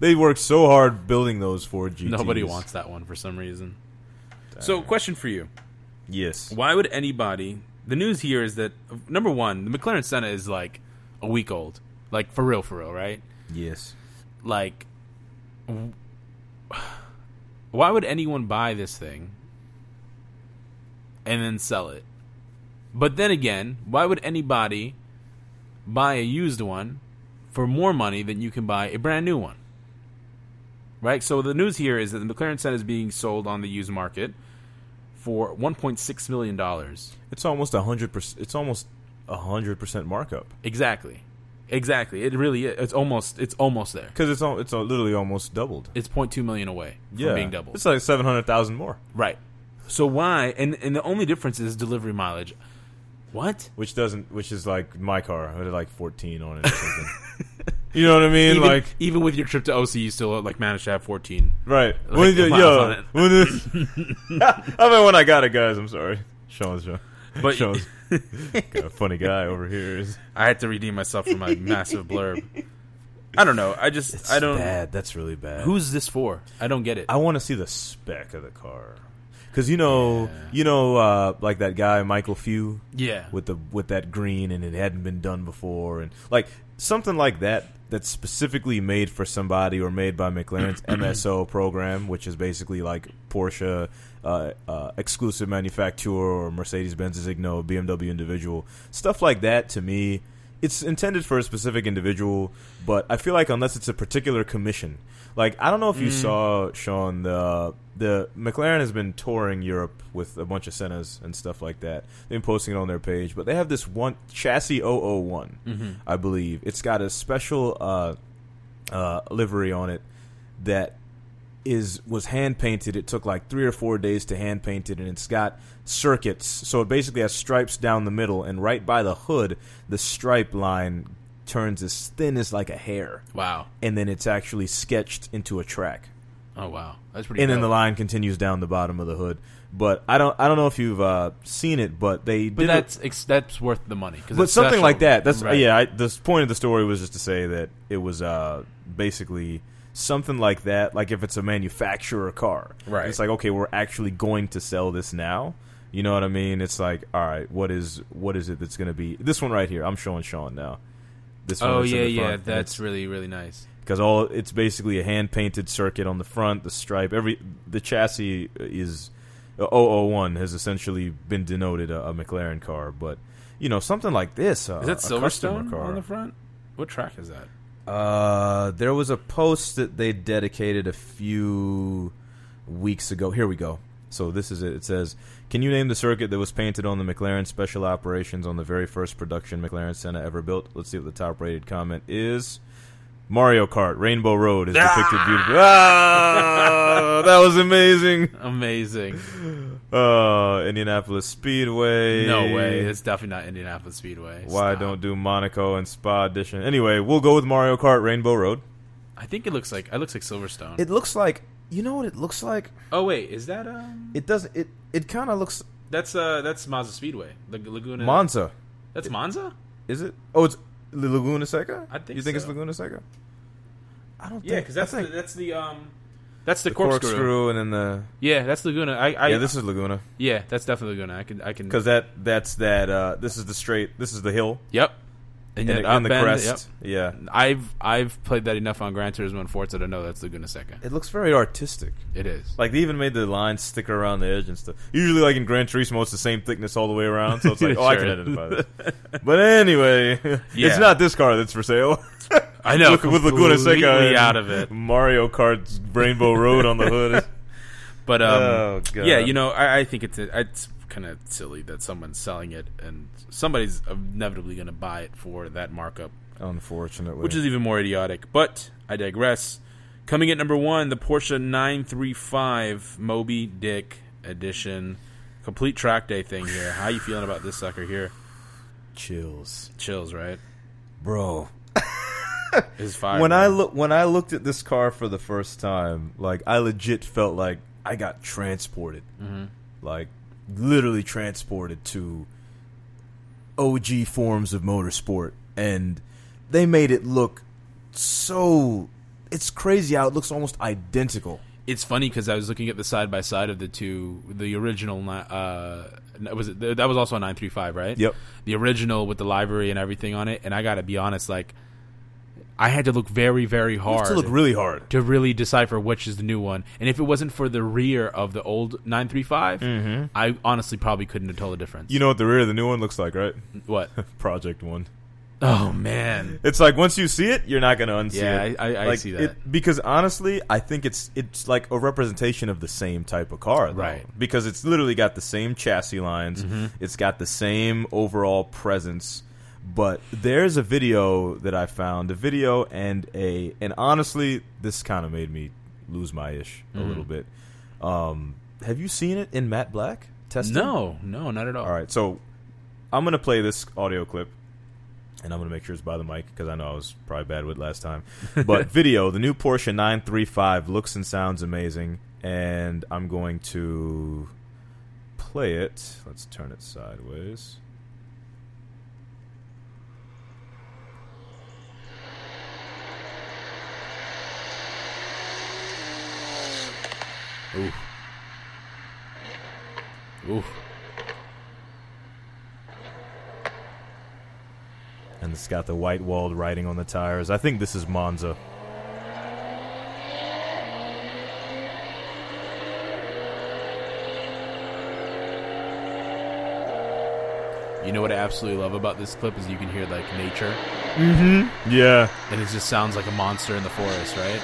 Speaker 5: they worked so hard building those four GTs.
Speaker 4: Nobody wants that one for some reason. So, question for you:
Speaker 5: Yes.
Speaker 4: Why would anybody? The news here is that number one, the McLaren Senna is like a week old, like for real, for real, right?
Speaker 5: Yes.
Speaker 4: Like, w- [SIGHS] why would anyone buy this thing and then sell it? But then again, why would anybody buy a used one for more money than you can buy a brand new one? Right? So the news here is that the McLaren Senna is being sold on the used market for 1.6 million dollars.
Speaker 5: It's almost a hundred percent. It's almost a hundred percent markup
Speaker 4: Exactly. Exactly. It really is. It's almost it's almost there.
Speaker 5: because it's al- it's al- literally almost doubled.
Speaker 4: It's 0.2 million away from
Speaker 5: yeah,
Speaker 4: being doubled.
Speaker 5: It's like seven hundred thousand more,
Speaker 4: Right. So why? And and the only difference is delivery mileage. What?
Speaker 5: which doesn't, which is like my car. I had like fourteen on it.
Speaker 4: [LAUGHS]
Speaker 5: Or something. you know what I mean?
Speaker 4: Even,
Speaker 5: like
Speaker 4: even with your trip to OC, you still like managed to have fourteen.
Speaker 5: right.
Speaker 4: like
Speaker 5: when
Speaker 4: the
Speaker 5: you,
Speaker 4: miles on
Speaker 5: yo,
Speaker 4: it.
Speaker 5: when this,
Speaker 4: [LAUGHS]
Speaker 5: [LAUGHS] I mean, when I got it, guys. I'm sorry, Sean's Sean. [LAUGHS]
Speaker 4: But
Speaker 5: Sean's got a funny guy over here.
Speaker 4: I had to redeem myself for
Speaker 5: [LAUGHS]
Speaker 4: my massive blurb. I don't know. I just I don't.
Speaker 5: That's really bad.
Speaker 4: Who's this for? I don't get it.
Speaker 5: I want to see the spec of the car. Cause you know, you know, uh, like that guy Michael Few,
Speaker 4: Yeah.
Speaker 5: with the with that green, and it hadn't been done before, and like something like that that's specifically made for somebody or made by McLaren's MSO program, which is basically like Porsche uh, uh, exclusive manufacturer or Mercedes Benz Igno BMW individual stuff like that. To me, it's intended for a specific individual, but I feel like unless it's a particular commission, like I don't know if you saw Sean the the McLaren has been touring Europe with a bunch of Senna's and stuff like that. They've been posting it on their page, but they have this one chassis 001, I believe. It's got a special uh, uh, livery on it that is was hand painted. It took like three or four days to hand paint it, and it's got circuits. So it basically has stripes down the middle, and right by the hood, the stripe line turns as thin as like a hair,
Speaker 4: wow.
Speaker 5: and then it's actually sketched into a track
Speaker 4: Oh wow. That's pretty.
Speaker 5: and then the
Speaker 4: dope.
Speaker 5: line continues down the bottom of the hood. But I don't I don't know if you've uh, seen it, but they
Speaker 4: But
Speaker 5: did a-
Speaker 4: that's ex- that's worth the money. 'cause
Speaker 5: but
Speaker 4: it's
Speaker 5: something
Speaker 4: special.
Speaker 5: like that. That's
Speaker 4: Right.
Speaker 5: yeah. I, the point of the story was just to say that it was uh, basically something like that. Like if it's a manufacturer car,
Speaker 4: Right.
Speaker 5: It's like okay, we're actually going to sell this now. You know what I mean? It's like all right, what is what is it that's going to be this one right here? I'm showing Sean now. This one
Speaker 4: Oh
Speaker 5: that's in
Speaker 4: yeah,
Speaker 5: the front,
Speaker 4: yeah.
Speaker 5: and
Speaker 4: That's
Speaker 5: it's-
Speaker 4: really really nice.
Speaker 5: because all it's basically a hand painted circuit on the front, the stripe, every the chassis is uh, 001 has essentially been denoted a, a McLaren car, but you know something like this uh,
Speaker 4: Is that
Speaker 5: a customer
Speaker 4: Silverstone
Speaker 5: car.
Speaker 4: on the front? What track is that?
Speaker 5: Uh, there was a post that they dedicated a few weeks ago. Here we go. So this is it. It says, "Can you name the circuit that was painted on the McLaren Special Operations on the very first production McLaren Senna ever built?" Let's see what the top-rated comment is. Mario Kart Rainbow Road is depicted beautifully. Ah, that was amazing.
Speaker 4: [LAUGHS] Amazing.
Speaker 5: Uh, Indianapolis Speedway.
Speaker 4: No way. It's definitely not Indianapolis Speedway.
Speaker 5: Why
Speaker 4: Stop.
Speaker 5: don't do Monaco and Spa edition? Anyway, we'll go with Mario Kart Rainbow Road.
Speaker 4: I think it looks like it looks like Silverstone.
Speaker 5: It looks like you know what it looks like.
Speaker 4: oh wait, is that um?
Speaker 5: It doesn't. It it kind of looks
Speaker 4: That's uh, that's Mazda Speedway, the Laguna.
Speaker 5: Monza.
Speaker 4: That's Monza.
Speaker 5: Is it? Oh, it's L- Laguna Seca.
Speaker 4: I think
Speaker 5: you think it's
Speaker 4: so.
Speaker 5: Laguna Seca. I don't.
Speaker 4: Yeah,
Speaker 5: think-
Speaker 4: because that's
Speaker 5: I think,
Speaker 4: the, that's the um, That's the,
Speaker 5: the
Speaker 4: corkscrew.
Speaker 5: corkscrew, and then the
Speaker 4: Yeah, that's Laguna. I, I
Speaker 5: yeah. This is Laguna
Speaker 4: yeah, that's definitely Laguna. I can I can
Speaker 5: because that that's that. Uh, this is the straight. This is the hill
Speaker 4: yep.
Speaker 5: and,
Speaker 4: then
Speaker 5: the,
Speaker 4: up
Speaker 5: and the
Speaker 4: bend,
Speaker 5: crest. Yeah,
Speaker 4: yep. I've I've played that enough on Gran Turismo and Forza to know that's Laguna Seca.
Speaker 5: it looks very artistic.
Speaker 4: It is.
Speaker 5: Like they even made the lines stick around the edge and stuff. Usually, like in Gran Turismo, it's the same thickness all the way around, so
Speaker 4: [LAUGHS]
Speaker 5: it's like, oh, I can
Speaker 4: Sure.
Speaker 5: identify this. But anyway, [LAUGHS]
Speaker 4: Yeah.
Speaker 5: it's not this car that's for sale. [LAUGHS]
Speaker 4: [LAUGHS] I know.
Speaker 5: with, with Laguna Seca
Speaker 4: completely
Speaker 5: and
Speaker 4: out of it.
Speaker 5: Mario Kart's Rainbow Road
Speaker 4: [LAUGHS]
Speaker 5: on the hood.
Speaker 4: But um,
Speaker 5: Oh, God.
Speaker 4: yeah, you know, I, I think it's a, it's kind of silly that someone's selling it and somebody's inevitably going to buy it for that markup,
Speaker 5: Unfortunately,
Speaker 4: which is even more idiotic. But I digress. Coming at number one, the Porsche 935 Moby Dick Edition, complete track day thing here. How you feeling about this sucker here?
Speaker 5: chills,
Speaker 4: Chills, right?
Speaker 5: bro.
Speaker 4: Is fire.
Speaker 5: when I
Speaker 4: man.
Speaker 5: look when I looked at this car for the first time, like I legit felt like I got transported,
Speaker 4: Mm-hmm.
Speaker 5: like literally transported to OG forms of motorsport, and they made it look so. It's crazy how it looks almost identical.
Speaker 4: it's funny because I was looking at the side by side of the two, the original. ni- Uh, n- was it, th- that was also a nine three five, right?
Speaker 5: Yep.
Speaker 4: The original with the library and everything on it, and I got to be honest, like I had to look very, very
Speaker 5: It
Speaker 4: hard
Speaker 5: used to look really hard.
Speaker 4: to really decipher which is the new one. And if it wasn't for the rear of the old nine three five, I honestly probably couldn't have told the difference.
Speaker 5: Mm-hmm. You know what the rear of the new one looks like, right? [LAUGHS]
Speaker 4: what?
Speaker 5: Project One.
Speaker 4: Oh man,
Speaker 5: [LAUGHS] It's like once you see it, you're not going to unsee
Speaker 4: Yeah,
Speaker 5: it.
Speaker 4: I- I- I
Speaker 5: Like,
Speaker 4: see that.
Speaker 5: it- because honestly, I think it's it's like a representation of the same type of car, though.
Speaker 4: Right. Mm-hmm.
Speaker 5: Because it's literally got the same chassis lines, it's got the same overall presence. But there's a video that I found, a video and a and honestly, this kind of made me lose my ish
Speaker 4: Mm-hmm.
Speaker 5: a little bit. Um, have you seen it in matte black? Tested?
Speaker 4: no, no, not at all.
Speaker 5: All right, so I'm gonna play this audio clip, and I'm gonna make sure it's by the mic because I know I was probably bad with it last time. But video, the new Porsche 935 looks and sounds amazing, and I'm going to play it. Let's turn it sideways.
Speaker 4: Oof. Oof.
Speaker 5: And it's got the white walled writing on the tires. I think this is Monza.
Speaker 4: You know what I absolutely love about this clip is you can hear like nature.
Speaker 5: Yeah.
Speaker 4: and it just sounds like a monster in the forest, right?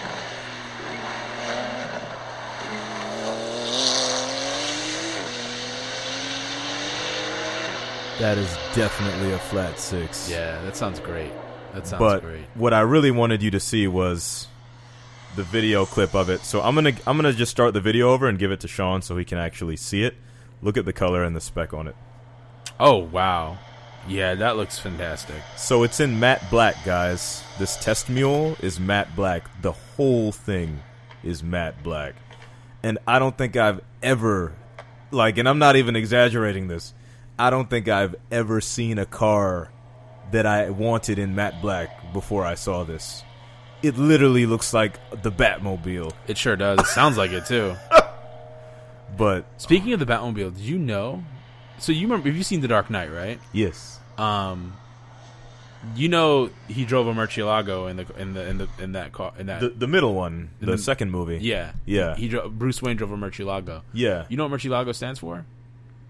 Speaker 5: That is definitely a flat six.
Speaker 4: Yeah, that sounds great. That sounds
Speaker 5: but
Speaker 4: great.
Speaker 5: what I really wanted you to see was the video clip of it. So I'm gonna I'm gonna just start the video over and give it to Sean so he can actually see it. Look at the color and the spec on it.
Speaker 4: Oh wow, yeah, that looks fantastic.
Speaker 5: So it's in matte black, guys. This test mule is matte black. The whole thing is matte black. And I don't think I've ever like and I'm not even exaggerating this. I don't think I've ever seen a car that I wanted in matte black before I saw this. It literally looks like the Batmobile,
Speaker 4: It sure does. It sounds like it too.
Speaker 5: but
Speaker 4: Speaking of the Batmobile, did you know? So you remember? Have you seen The Dark Knight? Right?
Speaker 5: yes.
Speaker 4: Um, you know he drove a Murcielago in the in the in the in that car in that.
Speaker 5: The the middle one, the,
Speaker 4: the-
Speaker 5: second movie.
Speaker 4: yeah,
Speaker 5: Yeah.
Speaker 4: He dro- Bruce Wayne drove a Murcielago.
Speaker 5: Yeah.
Speaker 4: You know what Murcielago stands for?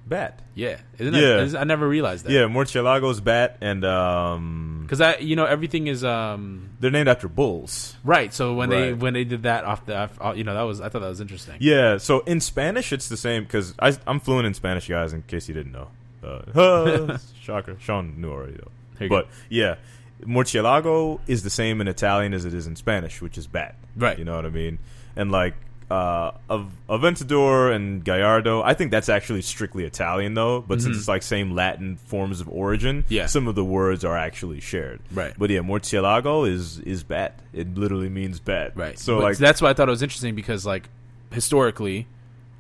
Speaker 5: Bat.
Speaker 4: Yeah, isn't
Speaker 5: Yeah.
Speaker 4: It, isn't- I never realized that.
Speaker 5: Yeah, Murcielago's bat and um
Speaker 4: because I you know everything is um
Speaker 5: they're named after bulls.
Speaker 4: Right. So when they
Speaker 5: Right.
Speaker 4: when they did that off the, off- off- you know, that was I thought that was interesting.
Speaker 5: Yeah, so in Spanish it's the same because I'm fluent in Spanish, guys. In case you didn't know, uh, [LAUGHS]
Speaker 4: [LAUGHS]
Speaker 5: shocker. Sean knew already
Speaker 4: There
Speaker 5: though.
Speaker 4: you
Speaker 5: But yeah, Murcielago is the same in Italian as it is in Spanish, which is bat.
Speaker 4: Right.
Speaker 5: You know what I mean? And like uh, Av- Aventador and Gallardo, I think that's actually strictly Italian though. But since it's like same Latin forms of origin,
Speaker 4: Mm-hmm. Yeah.
Speaker 5: some of the words are actually shared.
Speaker 4: Right.
Speaker 5: But yeah, Murcielago is is bat. It literally means bat.
Speaker 4: Right.
Speaker 5: So
Speaker 4: But
Speaker 5: like
Speaker 4: that's why I thought it was interesting because like historically,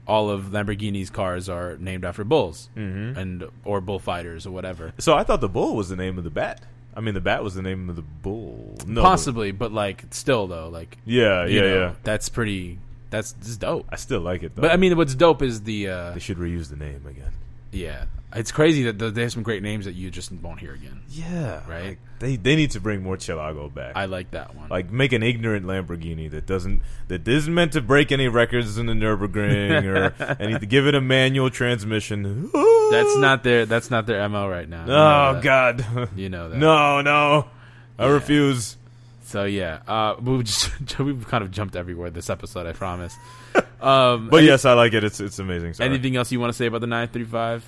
Speaker 4: all of Lamborghini's cars are named after bulls
Speaker 5: Mm-hmm.
Speaker 4: and or bullfighters or whatever.
Speaker 5: So I thought the bull was the name of the bat. I mean, the bat was the name of the bull. No,
Speaker 4: Possibly, but like still though, like
Speaker 5: Yeah,
Speaker 4: you
Speaker 5: yeah,
Speaker 4: know,
Speaker 5: yeah.
Speaker 4: That's pretty That's just dope.
Speaker 5: I still like it though.
Speaker 4: But I mean, what's dope is the uh,
Speaker 5: they should reuse the name again.
Speaker 4: yeah. It's crazy that th- they have some great names that you just won't hear again.
Speaker 5: Yeah,
Speaker 4: Right.
Speaker 5: like, they they need to bring more Chilago back.
Speaker 4: I like that one.
Speaker 5: like make an ignorant Lamborghini that doesn't that isn't meant to break any records in the Nurburgring or
Speaker 4: [LAUGHS]
Speaker 5: and give it a manual transmission. [LAUGHS]
Speaker 4: that's not their that's not their mo right now. You know
Speaker 5: Oh
Speaker 4: that.
Speaker 5: God!
Speaker 4: You know that.
Speaker 5: [LAUGHS] No, no, I refuse.
Speaker 4: So yeah, uh, we just [LAUGHS] we've kind of jumped everywhere this episode. I promise.
Speaker 5: But yes, I like it. It's it's amazing. Sorry.
Speaker 4: Anything else you want to say about the 935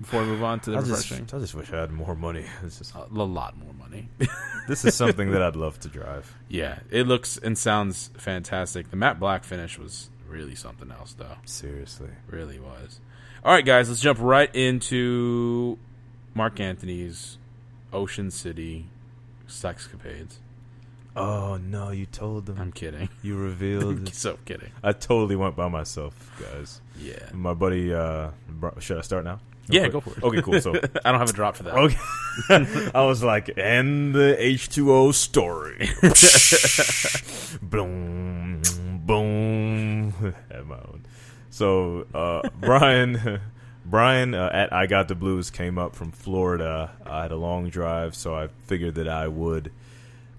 Speaker 4: before we move on to the
Speaker 5: I just,
Speaker 4: refreshing?
Speaker 5: I just wish I had more money. [LAUGHS] This is,
Speaker 4: a lot more money. [LAUGHS]
Speaker 5: this is something that I'd love to drive.
Speaker 4: yeah, it looks and sounds fantastic. The matte black finish was really something else, though.
Speaker 5: Seriously.
Speaker 4: Really was. All right, guys, let's jump right into Mark Anthony's Ocean City sexcapades.
Speaker 5: Oh no! You told them.
Speaker 4: I'm kidding. [LAUGHS]
Speaker 5: you revealed. it.
Speaker 4: so kidding.
Speaker 5: I totally went by myself, guys.
Speaker 4: Yeah.
Speaker 5: My buddy. Uh, bro- should I start now?
Speaker 4: Yeah,
Speaker 5: Okay.
Speaker 4: go for it.
Speaker 5: Okay,
Speaker 4: [LAUGHS]
Speaker 5: cool. So
Speaker 4: I don't have a drop for that.
Speaker 5: Okay. [LAUGHS] I was like, and the
Speaker 4: [LAUGHS]
Speaker 5: H2O story. [LAUGHS] boom, boom. [LAUGHS] Had my own. So, uh, [LAUGHS] Brian, Brian uh, at I Got the Blues came up from Florida. I had a long drive, so I figured that I would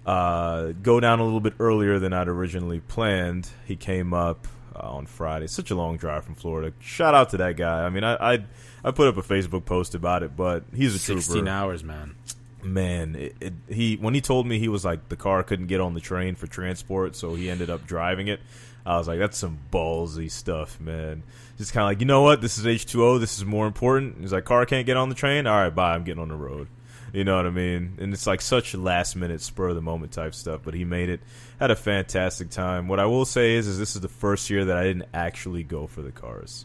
Speaker 5: uh, go down a little bit earlier than I'd originally planned. He came up uh, on Friday. Such a long drive from Florida. Shout out to that guy. I mean, I I, I put up a Facebook post about it, but he's a
Speaker 4: 16
Speaker 5: trooper.
Speaker 4: hours, man.
Speaker 5: Man, it, it, he when he told me he was like the car couldn't get on the train for transport, so he ended up driving it. I was like, that's some ballsy stuff, man. Just kind of like, you know what? This is H two O. This is more important. He's like, car can't get on the train. All right, bye. I'm getting on the road. You know what I mean? And it's like such last minute, spur of the moment type stuff. But he made it. Had a fantastic time. What I will say is, is this is the first year that I didn't actually go for the cars.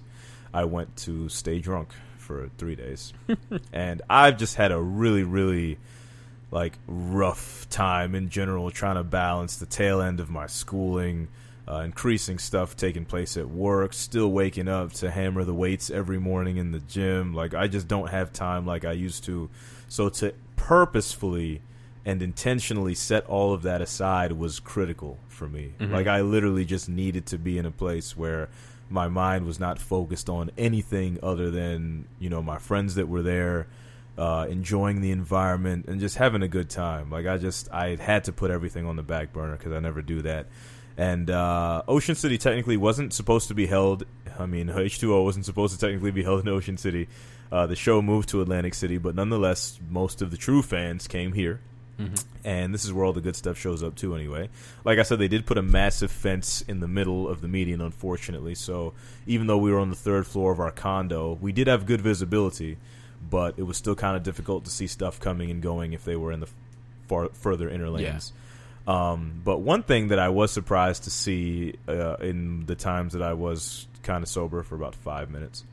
Speaker 5: I went to stay drunk for three days, and I've just had a really, really like rough time in general trying to balance the tail end of my schooling uh, increasing stuff taking place at work still waking up to hammer the weights every morning in the gym like i just don't have time like i used to so to purposefully and intentionally set all of that aside was critical for me like i literally just needed to be in a place where my mind was not focused on anything other than you know my friends that were there uh, enjoying the environment and just having a good time. Like I just I had to put everything on the back burner because I never do that. And uh, Ocean City technically wasn't supposed to be held. I mean, H2O wasn't supposed to technically be held in Ocean City. Uh, the show moved to Atlantic City, but nonetheless, most of the true fans came here and this is where all the good stuff shows up too anyway like i said they did put a massive fence in the middle of the median unfortunately so even though we were on the third floor of our condo we did have good visibility but it was still kind of difficult to see stuff coming and going if they were in the far further inner lanes um, but one thing that i was surprised to see uh, in the times that i was kind of sober for about five minutes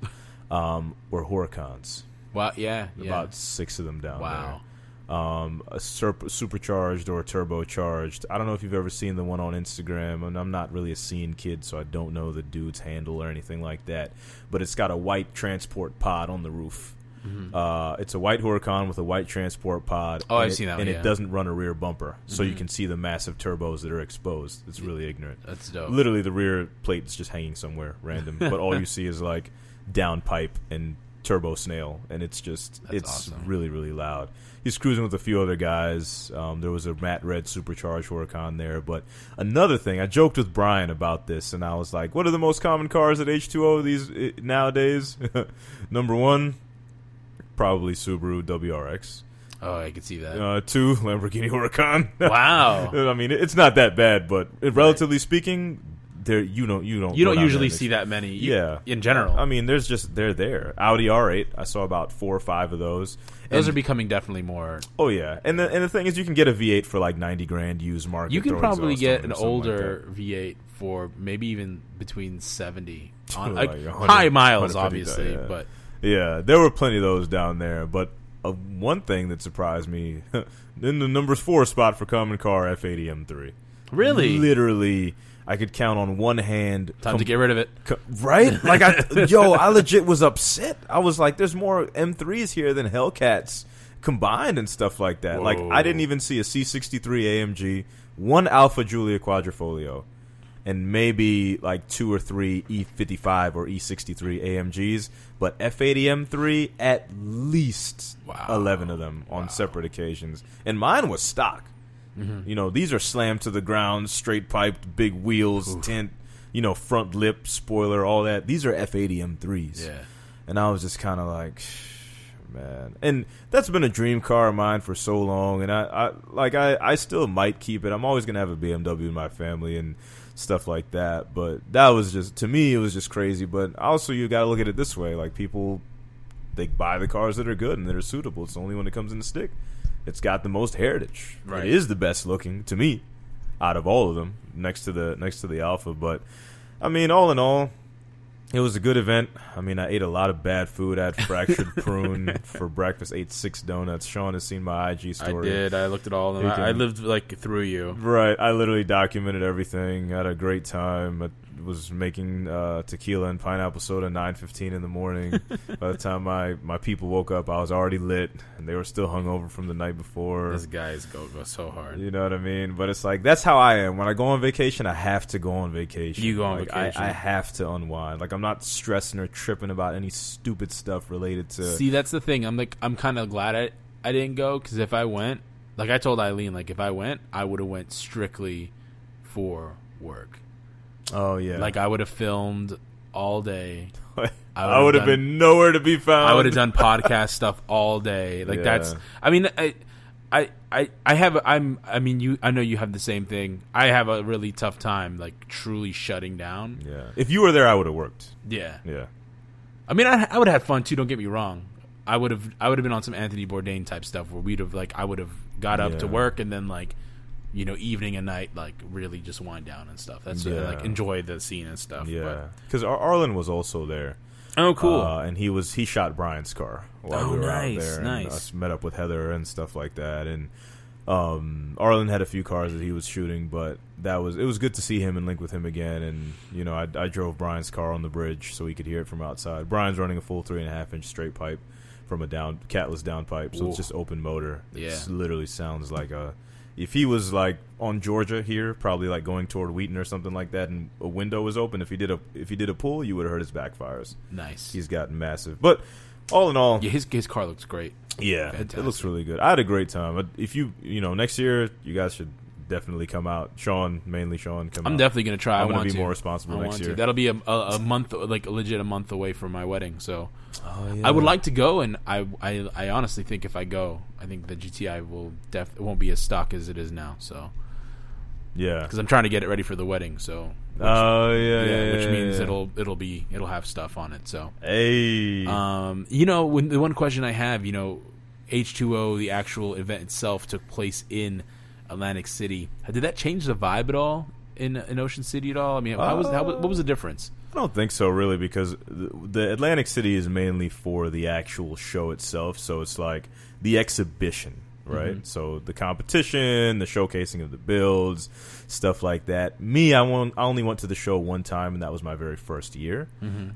Speaker 5: um, were horicons
Speaker 4: Wow, yeah. yeah.
Speaker 5: about six of them down there
Speaker 4: wow.
Speaker 5: um, a serp- supercharged or a turbocharged. I don't know if you've ever seen the one on Instagram, and I'm not really a scene kid, so I don't know the dude's handle or anything like that. But it's got a white transport pod on the roof. Uh, it's a white Huracan with a white transport pod.
Speaker 4: Mm-hmm. Oh,
Speaker 5: and
Speaker 4: I've
Speaker 5: it-
Speaker 4: seen that one,
Speaker 5: And
Speaker 4: yeah. Mm-hmm.
Speaker 5: it doesn't run a rear bumper, so you can see the massive turbos that are exposed. It's really ignorant.
Speaker 4: That's dope.
Speaker 5: Literally, the rear plate is just hanging somewhere random, but all
Speaker 4: [LAUGHS]
Speaker 5: you see is like down pipe and turbo snail, and it's just
Speaker 4: That's
Speaker 5: it's
Speaker 4: awesome.
Speaker 5: really really loud. He's cruising with a few other guys. Um, there was a matte red supercharged Huracan there, but another thing I joked with Brian about this, and I was like, "What are the most common cars at H2O these eh, nowadays?" [LAUGHS] Number one, probably Subaru WRX.
Speaker 4: Oh, I could see that.
Speaker 5: Uh, two, Lamborghini Huracan.
Speaker 4: [LAUGHS]
Speaker 5: [LAUGHS]
Speaker 4: Wow.
Speaker 5: Uh, I mean, it's not that bad, but it, relatively speaking, there you don't you don't
Speaker 4: You
Speaker 5: go
Speaker 4: don't
Speaker 5: down
Speaker 4: usually
Speaker 5: there and
Speaker 4: see that many. you-
Speaker 5: yeah.
Speaker 4: In general.
Speaker 5: I mean, there's just they're there. Audi R8. I saw about four or five of those.
Speaker 4: those
Speaker 5: And-
Speaker 4: are becoming definitely more.
Speaker 5: oh yeah, and the and the thing is, you can get a V8 for like ninety grand used market.
Speaker 4: You can
Speaker 5: throw
Speaker 4: probably
Speaker 5: exhaust on
Speaker 4: get
Speaker 5: it
Speaker 4: an
Speaker 5: or something like
Speaker 4: older V8 for maybe even between
Speaker 5: [LAUGHS]
Speaker 4: 70 on
Speaker 5: Like
Speaker 4: like,
Speaker 5: 100
Speaker 4: high miles,
Speaker 5: 150,
Speaker 4: obviously,
Speaker 5: yeah.
Speaker 4: but
Speaker 5: that. yeah, there were plenty of those down there. But uh, one thing that surprised me [LAUGHS] in the numbers four spot for common car F80 M3.
Speaker 4: really
Speaker 5: literally, I could count on one hand.
Speaker 4: time
Speaker 5: com-
Speaker 4: to get rid of it.
Speaker 5: Co- Right? Like I yo, I legit was upset. I was like, there's more M3s here than Hellcats combined and stuff like that. Like I didn't even see a C63 AMG, one Alpha Julia Quadrifoglio, and maybe like two or three E55 or E E63 AMGs, but F80M3 at least
Speaker 4: Wow.
Speaker 5: 11 of them on separate occasions. And mine was stock. You know, these are slammed to the ground, straight piped, big wheels, tint, you know, front lip, spoiler, all that. These are F80M3s.
Speaker 4: Yeah.
Speaker 5: And I was just kind of like, man. And that's been a dream car of mine for so long. And I, I like, I, I still might keep it. I'm always going to have a BMW in my family and stuff like that. But that was just, to me, it was just crazy. But also, you got to look at it this way. Like, people, they buy the cars that are good and that are suitable. It's only when it comes in the stick. It's got the most heritage.
Speaker 4: Right.
Speaker 5: It is the best looking to me out of all of them next to the next to the alpha but i mean all in all it was a good event. I mean, I ate a lot of bad food.
Speaker 4: [LAUGHS]
Speaker 5: I had fractured prune for breakfast. Ate six donuts. Sean has seen my IG
Speaker 4: I
Speaker 5: story.
Speaker 4: did. I looked at all of
Speaker 5: You
Speaker 4: them. I, I
Speaker 5: can-
Speaker 4: lived like through you.
Speaker 5: Right. I literally documented everything. Had a great time. I was making uh, tequila and pineapple soda nine fifteen in
Speaker 4: [LAUGHS]
Speaker 5: the morning. By the time my my people woke up, I was already lit, and they were still hungover from the night before.
Speaker 4: This guy's go go so hard.
Speaker 5: You know what I mean? But it's like that's how I am. When I go on vacation, I have to go on vacation.
Speaker 4: You go on
Speaker 5: Like,
Speaker 4: vacation.
Speaker 5: I, I have to unwind. Like I'm not stressing or tripping about any stupid stuff related to.
Speaker 4: See, that's the thing. I'm like, I'm kind of glad I I didn't go because if I went, like I told Eileen, like if I went, I would have went strictly for work.
Speaker 5: oh yeah. [LAUGHS]
Speaker 4: Like I would have filmed all day.
Speaker 5: I would have
Speaker 4: done-
Speaker 5: been nowhere to Oh, be found.
Speaker 4: I would have done podcast stuff all day. Like
Speaker 5: Yeah.
Speaker 4: that's. I mean, I, I, I, I have. I'm. I mean, you. I know you have the same thing. I have a really tough time, like truly shutting down.
Speaker 5: Yeah. If you were there, I would have worked.
Speaker 4: Yeah.
Speaker 5: Yeah.
Speaker 4: I mean, I, I would have had fun too. Don't get me wrong. I would have. I would have been on some Anthony Bourdain type stuff where we'd have like. I would have got up to
Speaker 5: Yeah.
Speaker 4: work and then like, you know, evening and night like really just wind down and stuff. That's uh,
Speaker 5: Yeah.
Speaker 4: like enjoy the scene and stuff.
Speaker 5: Yeah. Because Ar- Arlen was also there.
Speaker 4: But, oh, cool.
Speaker 5: Uh, and he was he shot Brian's car while
Speaker 4: Oh,
Speaker 5: we were
Speaker 4: nice,
Speaker 5: out there.
Speaker 4: nice.
Speaker 5: And us met up with Heather and stuff like that. And um, Arlen had a few cars that he was shooting, but that was it was good to see him and link with him again. And you know, I, I drove Brian's car on the bridge so he could hear it from outside. Brian's running a full three and a half inch straight pipe from a down catless downpipe, so
Speaker 4: Ooh.
Speaker 5: it's just open motor. It
Speaker 4: Yeah.
Speaker 5: literally sounds like a. If he was like on Georgia here, probably like going toward Wheaton or something like that, and a window was open. If he did a if he did a pull, you would have heard his backfires
Speaker 4: nice.
Speaker 5: he's gotten massive. But all in all,
Speaker 4: yeah, his his car looks great.
Speaker 5: yeah, it, it
Speaker 4: Fantastic.
Speaker 5: looks really good. I had a great time. But If you you know next year, you guys should definitely come out. Sean, mainly Sean, come.
Speaker 4: I'm
Speaker 5: out.
Speaker 4: definitely gonna try.
Speaker 5: I'm
Speaker 4: I
Speaker 5: gonna
Speaker 4: want
Speaker 5: be
Speaker 4: to.
Speaker 5: more responsible
Speaker 4: I
Speaker 5: next
Speaker 4: want
Speaker 5: year.
Speaker 4: To. That'll be a, a, a month, like legit a month away from my wedding. So
Speaker 5: Oh,
Speaker 4: I would
Speaker 5: yeah.
Speaker 4: like to go, and I, I I honestly think if I go, I think the GTI will def it won't be as stock as it is now. So
Speaker 5: Yeah.
Speaker 4: because I'm trying to get it ready for the wedding. So
Speaker 5: Oh yeah, yeah,
Speaker 4: yeah, which
Speaker 5: yeah,
Speaker 4: means
Speaker 5: yeah.
Speaker 4: it'll it'll be it'll have stuff on it. So
Speaker 5: Hey,
Speaker 4: um, you know, when the one question I have, you know, H2O, the actual event itself took place in Atlantic City. Did that change the vibe at all in in Ocean City at all? I mean, how was, how was what was the difference?
Speaker 5: I don't think so, really, because the, the Atlantic City is mainly for the actual show itself. So it's like the exhibition, right? So the competition, the showcasing of the builds, stuff like that. Me, I, won- I only went to the show one time, and that was my very first year.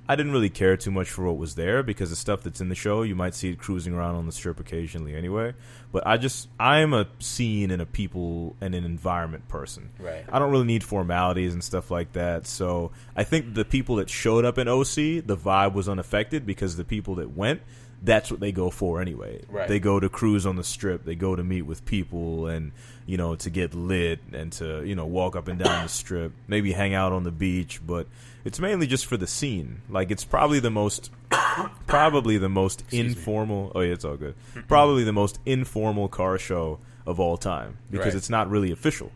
Speaker 5: I didn't really care too much for what was there because the stuff that's in the show, you might see it cruising around on the strip occasionally anyway. But I just, I'm a scene and a people and an environment person.
Speaker 4: Right.
Speaker 5: I don't really need formalities and stuff like that. So I think the people that showed up in OC, the vibe was unaffected because the people that went, that's what they go for anyway.
Speaker 4: Right.
Speaker 5: They go to cruise on the strip, they go to meet with people and, you know, to get lit and to, you know, walk up and down the strip, maybe hang out on the beach, but it's mainly just for the scene. Like it's probably the most probably the most informal. Oh yeah, it's all good. Probably the most informal car show of all time because
Speaker 4: Right.
Speaker 5: it's not really official.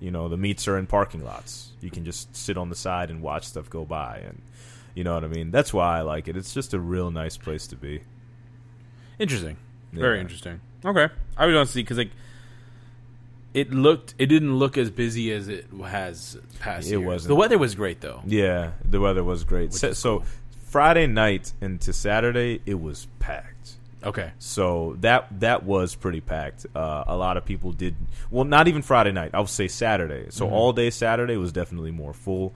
Speaker 5: You know, the meets are in parking lots. You can just sit on the side and watch stuff go by, and you know what I mean. That's why I like it. It's just a real nice place to be.
Speaker 4: Interesting.
Speaker 5: Yeah.
Speaker 4: Very interesting. Okay, I was gonna see because like it looked, it didn't look as busy as it has past.
Speaker 5: It
Speaker 4: years.
Speaker 5: wasn't.
Speaker 4: The weather was great though.
Speaker 5: Yeah, the weather was great. So,
Speaker 4: is
Speaker 5: so Friday night into Saturday, it was packed.
Speaker 4: Okay,
Speaker 5: So that that was pretty packed. Uh, a lot of people did well. Not even Friday night. I would say Saturday. So all day Saturday was definitely more full.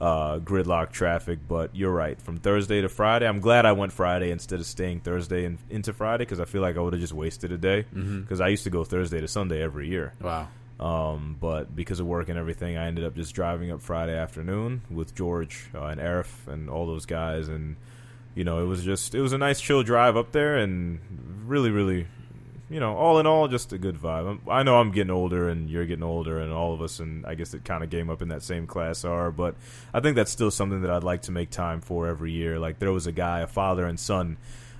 Speaker 5: Uh, gridlock traffic, but you're right. From Thursday to Friday, I'm glad I went Friday instead of staying Thursday and into Friday because I feel like I would have just wasted a day. Because I used to go Thursday to Sunday every year
Speaker 4: wow.
Speaker 5: Um, but because of work and everything, I ended up just driving up Friday afternoon with George uh, and Arif and all those guys, and you know, it was just it was a nice chill drive up there, and really, really, you know, all in all, just a good vibe. i I know I'm getting older, and you're getting older, and all of us, and I guess it kind of came up in that same class are, but I think that's still something that I'd like to make time for every year. Like there was a guy, a father and son,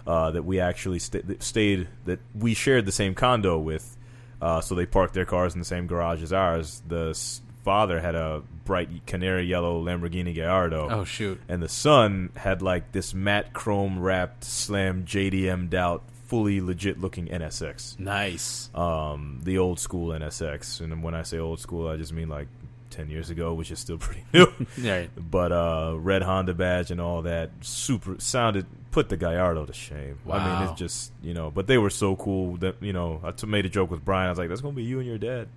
Speaker 5: uh, that we actually sta that stayed that we shared the same condo with. Uh, so they parked their cars in the same garage as ours. The s- father had a bright canary yellow Lamborghini Gallardo
Speaker 4: Oh shoot.
Speaker 5: and the Sun had like this matte chrome wrapped slam JDM'd out fully legit looking NSX
Speaker 4: Nice.
Speaker 5: um, the old school NSX and when I say old school I just mean like 10 years ago which is still [LAUGHS] pretty new
Speaker 4: Right.
Speaker 5: but uh red Honda badge and all that super sounded put the Gallardo to shame I mean
Speaker 4: Wow.
Speaker 5: it's just you know but they were so cool that you know I t- made a joke with Brian I was like that's gonna be you and your dad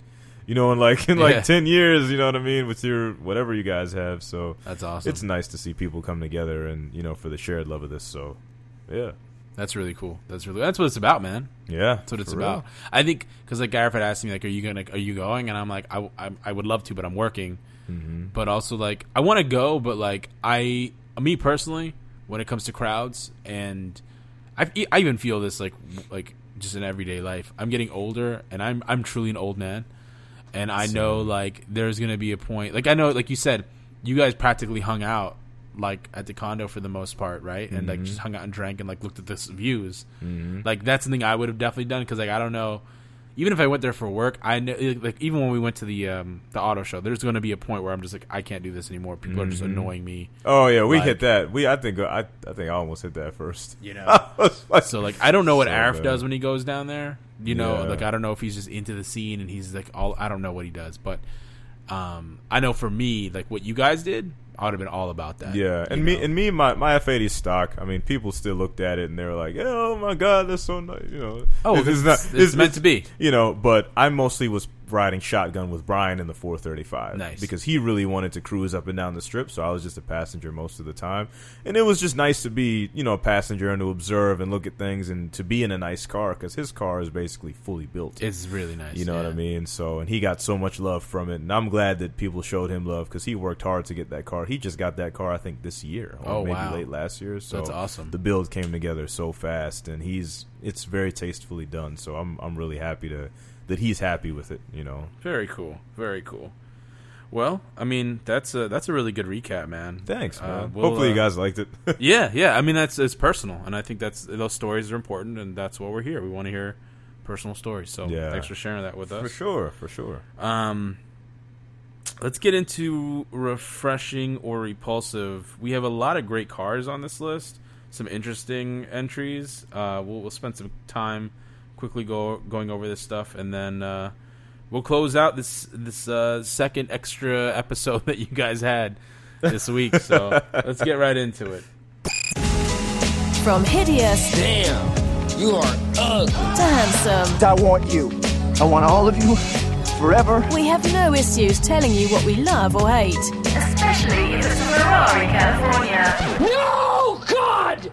Speaker 5: you know in like [LAUGHS] in like
Speaker 4: Yeah.
Speaker 5: 10 years you know what I mean with your whatever you guys have so
Speaker 4: That's awesome.
Speaker 5: it's nice to see people come together and you know for the shared love of this so yeah
Speaker 4: that's really cool. That's really that's what it's about, man.
Speaker 5: yeah
Speaker 4: That's what it's
Speaker 5: for real.
Speaker 4: about. I think because like Gareth had asked me like, "Are you gonna? Are you going?" And I'm like, "I, I, I would love to, but I'm working."
Speaker 5: Mm-hmm.
Speaker 4: But also like, I want to go, but like, I me personally, when it comes to crowds, and I I even feel this like w- like just in everyday life. I'm getting older, and I'm I'm truly an old man, and I know like there's gonna be a point. Like I know, like you said, you guys practically hung out like at the condo for the most part, right? And like just hung out and drank and like looked at the s- views. Like that's something I would have definitely done because like I don't know, even if I went there for work, I know like even when we went to the um the auto show, there's going to be a point where I'm just like I can't do this anymore. People are just annoying me.
Speaker 5: oh yeah we
Speaker 4: Like-
Speaker 5: hit that we i think i i think i almost hit that first
Speaker 4: You know.
Speaker 5: [LAUGHS] I was like-
Speaker 4: So like I don't know what
Speaker 5: So
Speaker 4: Arif
Speaker 5: bad.
Speaker 4: does when he goes down there. You know,
Speaker 5: Yeah.
Speaker 4: like I don't know if he's just into the scene and he's like all I don't know what he does, but um I know for me like what you guys did, I would have been all about that.
Speaker 5: yeah and me and me my my f80 stock i mean people still looked at it and they were like oh my god that's so nice you know
Speaker 4: Oh,
Speaker 5: This is
Speaker 4: it's- it's meant to be.
Speaker 5: you know but i mostly was riding shotgun with brian in the 435
Speaker 4: Nice.
Speaker 5: because he really wanted to cruise up and down the strip so i was just a passenger most of the time and it was just nice to be you know a passenger and to observe and look at things and to be in a nice car because his car is basically fully built
Speaker 4: It's really nice.
Speaker 5: you know
Speaker 4: yeah.
Speaker 5: what I mean? So, and he got so much love from it, and I'm glad that people showed him love because he worked hard to get that car. He just got that car, I think, this year or
Speaker 4: Oh,
Speaker 5: maybe
Speaker 4: wow.
Speaker 5: late last year. So
Speaker 4: That's awesome.
Speaker 5: The build came together so fast, and he's it's very tastefully done. So I'm I'm really happy to that he's happy with it. You know,
Speaker 4: Very cool. Very cool. Well, I mean, that's a that's a really good recap, man.
Speaker 5: thanks,
Speaker 4: Uh,
Speaker 5: man.
Speaker 4: we'll,
Speaker 5: Hopefully,
Speaker 4: uh,
Speaker 5: you guys liked it. [LAUGHS]
Speaker 4: Yeah, yeah. I mean, that's it's personal, and I think that's those stories are important, and that's what we're here. We want to hear personal stories. So,
Speaker 5: Yeah.
Speaker 4: thanks for sharing that with us.
Speaker 5: for sure, for sure.
Speaker 4: Um, let's get into refreshing or repulsive. We have a lot of great cars on this list. Some interesting entries. Uh, we'll, we'll spend some time quickly go going over this stuff, and then uh, we'll close out this this uh, second extra episode [LAUGHS] that you guys had this week. So let's get right into it.
Speaker 1: From hideous
Speaker 6: Damn, you are ugly.
Speaker 1: to handsome,
Speaker 7: I want you. I want all of you forever.
Speaker 1: we have no issues telling you what we love or hate.
Speaker 2: especially if it's Ferrari, California.
Speaker 6: No, God!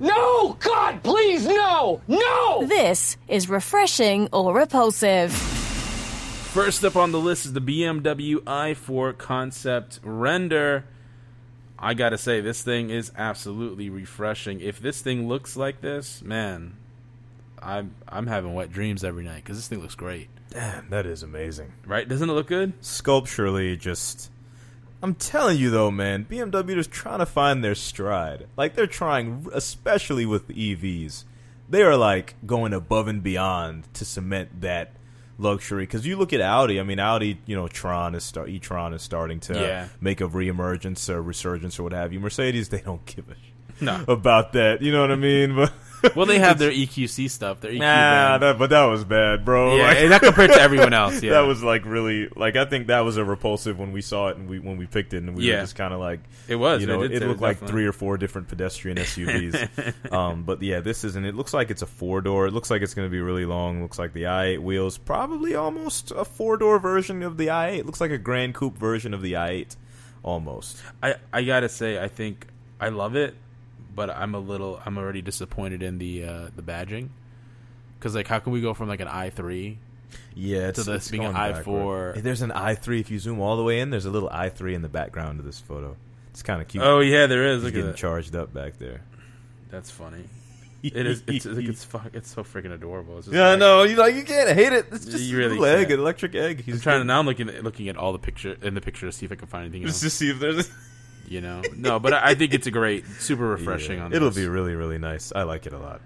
Speaker 6: No, God, please, no! No!
Speaker 1: This is refreshing or repulsive.
Speaker 4: First up on the list is the BMW i4 Concept Render. I gotta say, this thing is absolutely refreshing. If this thing looks like this, man, I'm I'm having wet dreams every night because this thing looks great,
Speaker 5: Damn, that is amazing.
Speaker 4: right? Doesn't it look good?
Speaker 5: sculpturally just I'm telling you though, man, BMW is trying to find their stride. Like they're trying especially with the EVs. They are like going above and beyond to cement that luxury cuz you look at Audi, I mean Audi, you know, Tron is start e-tron is starting to
Speaker 4: Yeah.
Speaker 5: make a reemergence or resurgence or what have you. Mercedes, they don't give a sh-
Speaker 4: No.
Speaker 5: about that. You know what I mean? [LAUGHS] But
Speaker 4: Well, they have their EQC stuff. Their EQ
Speaker 5: Nah,
Speaker 4: brand.
Speaker 5: that, but that was bad, bro.
Speaker 4: yeah,
Speaker 5: Like-
Speaker 4: and that compared to everyone else. [LAUGHS] Yeah,
Speaker 5: [LAUGHS] that was like really like I think that was a repulsive when we saw it and we when we picked it and we
Speaker 4: Yeah.
Speaker 5: were just kind of like
Speaker 4: It was,
Speaker 5: you
Speaker 4: I
Speaker 5: know
Speaker 4: did
Speaker 5: it
Speaker 4: say it
Speaker 5: looked
Speaker 4: was
Speaker 5: like
Speaker 4: definitely-
Speaker 5: three or four different pedestrian
Speaker 4: [LAUGHS]
Speaker 5: SUVs um, but yeah this isn't it looks like it's a four door it looks like it's going to be really long looks like the i8 wheels probably almost a four door version of the i8 looks like a grand coupe version of the i8 almost
Speaker 4: I I gotta say, I think I love it, but I'm a little I'm already disappointed in the uh, the badging because like how can we go from like an i3
Speaker 5: Yeah, it's,
Speaker 4: So that's
Speaker 5: it's
Speaker 4: being an
Speaker 5: going
Speaker 4: I
Speaker 5: backward.
Speaker 4: four.
Speaker 5: Hey, There's an I three. If you zoom all the way in, there's a little I three in the background of this photo. It's kind of cute.
Speaker 4: Oh yeah, there is.
Speaker 5: He's
Speaker 4: Look
Speaker 5: getting
Speaker 4: at that.
Speaker 5: charged up back there.
Speaker 4: That's funny. It is. It's like it's fuck. It's so freaking adorable. It's just
Speaker 5: Yeah,
Speaker 4: like-
Speaker 5: no, you like you can't hate it. It's just
Speaker 4: You
Speaker 5: a
Speaker 4: really
Speaker 5: little egg,
Speaker 4: can't.
Speaker 5: an electric egg. He's
Speaker 4: I'm trying to now. I'm looking at, looking at all the picture in the picture to see if I can find anything
Speaker 5: just
Speaker 4: else.
Speaker 5: to see if there's.
Speaker 4: you know, no, but I, I think it's a great, super [LAUGHS] refreshing.
Speaker 5: [LAUGHS] Yeah.
Speaker 4: on
Speaker 5: It'll
Speaker 4: this.
Speaker 5: be really, really nice. I like it a lot.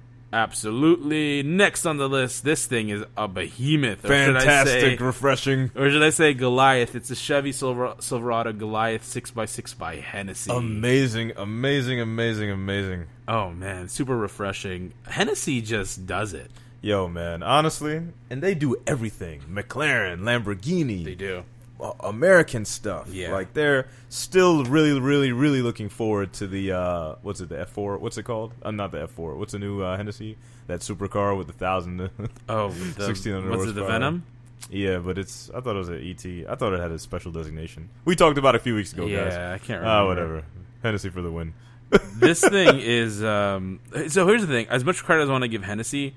Speaker 4: absolutely next on the list. This thing is a behemoth. or should I say-
Speaker 5: refreshing,
Speaker 4: Or should I say Goliath? It's a Chevy Silver- Silverado Goliath 6x6 by Hennessy.
Speaker 5: amazing, amazing, amazing, amazing.
Speaker 4: oh, man. Super refreshing. Hennessy just does it.
Speaker 5: Yo, man, honestly, and they do everything: McLaren, Lamborghini,
Speaker 4: They do.
Speaker 5: uh, American stuff.
Speaker 4: Yeah.
Speaker 5: Like they're still really, really, really looking forward to the uh, what's it, the F four? What's it called? Uh, not the F four. What's the new uh, Hennessy? That supercar with the thousand. [LAUGHS]
Speaker 4: Oh, the,
Speaker 5: 1600
Speaker 4: what's it, the
Speaker 5: horsepower.
Speaker 4: Venom?
Speaker 5: yeah, but it's. I thought it was an ET. I thought it had a special designation. We talked about it a few weeks ago. guys.
Speaker 4: Yeah, I can't
Speaker 5: Ah,
Speaker 4: remember.
Speaker 5: whatever. Hennessy for the win. [LAUGHS]
Speaker 4: this thing is. Um, so here's the thing. As much credit as I want to give Hennessy,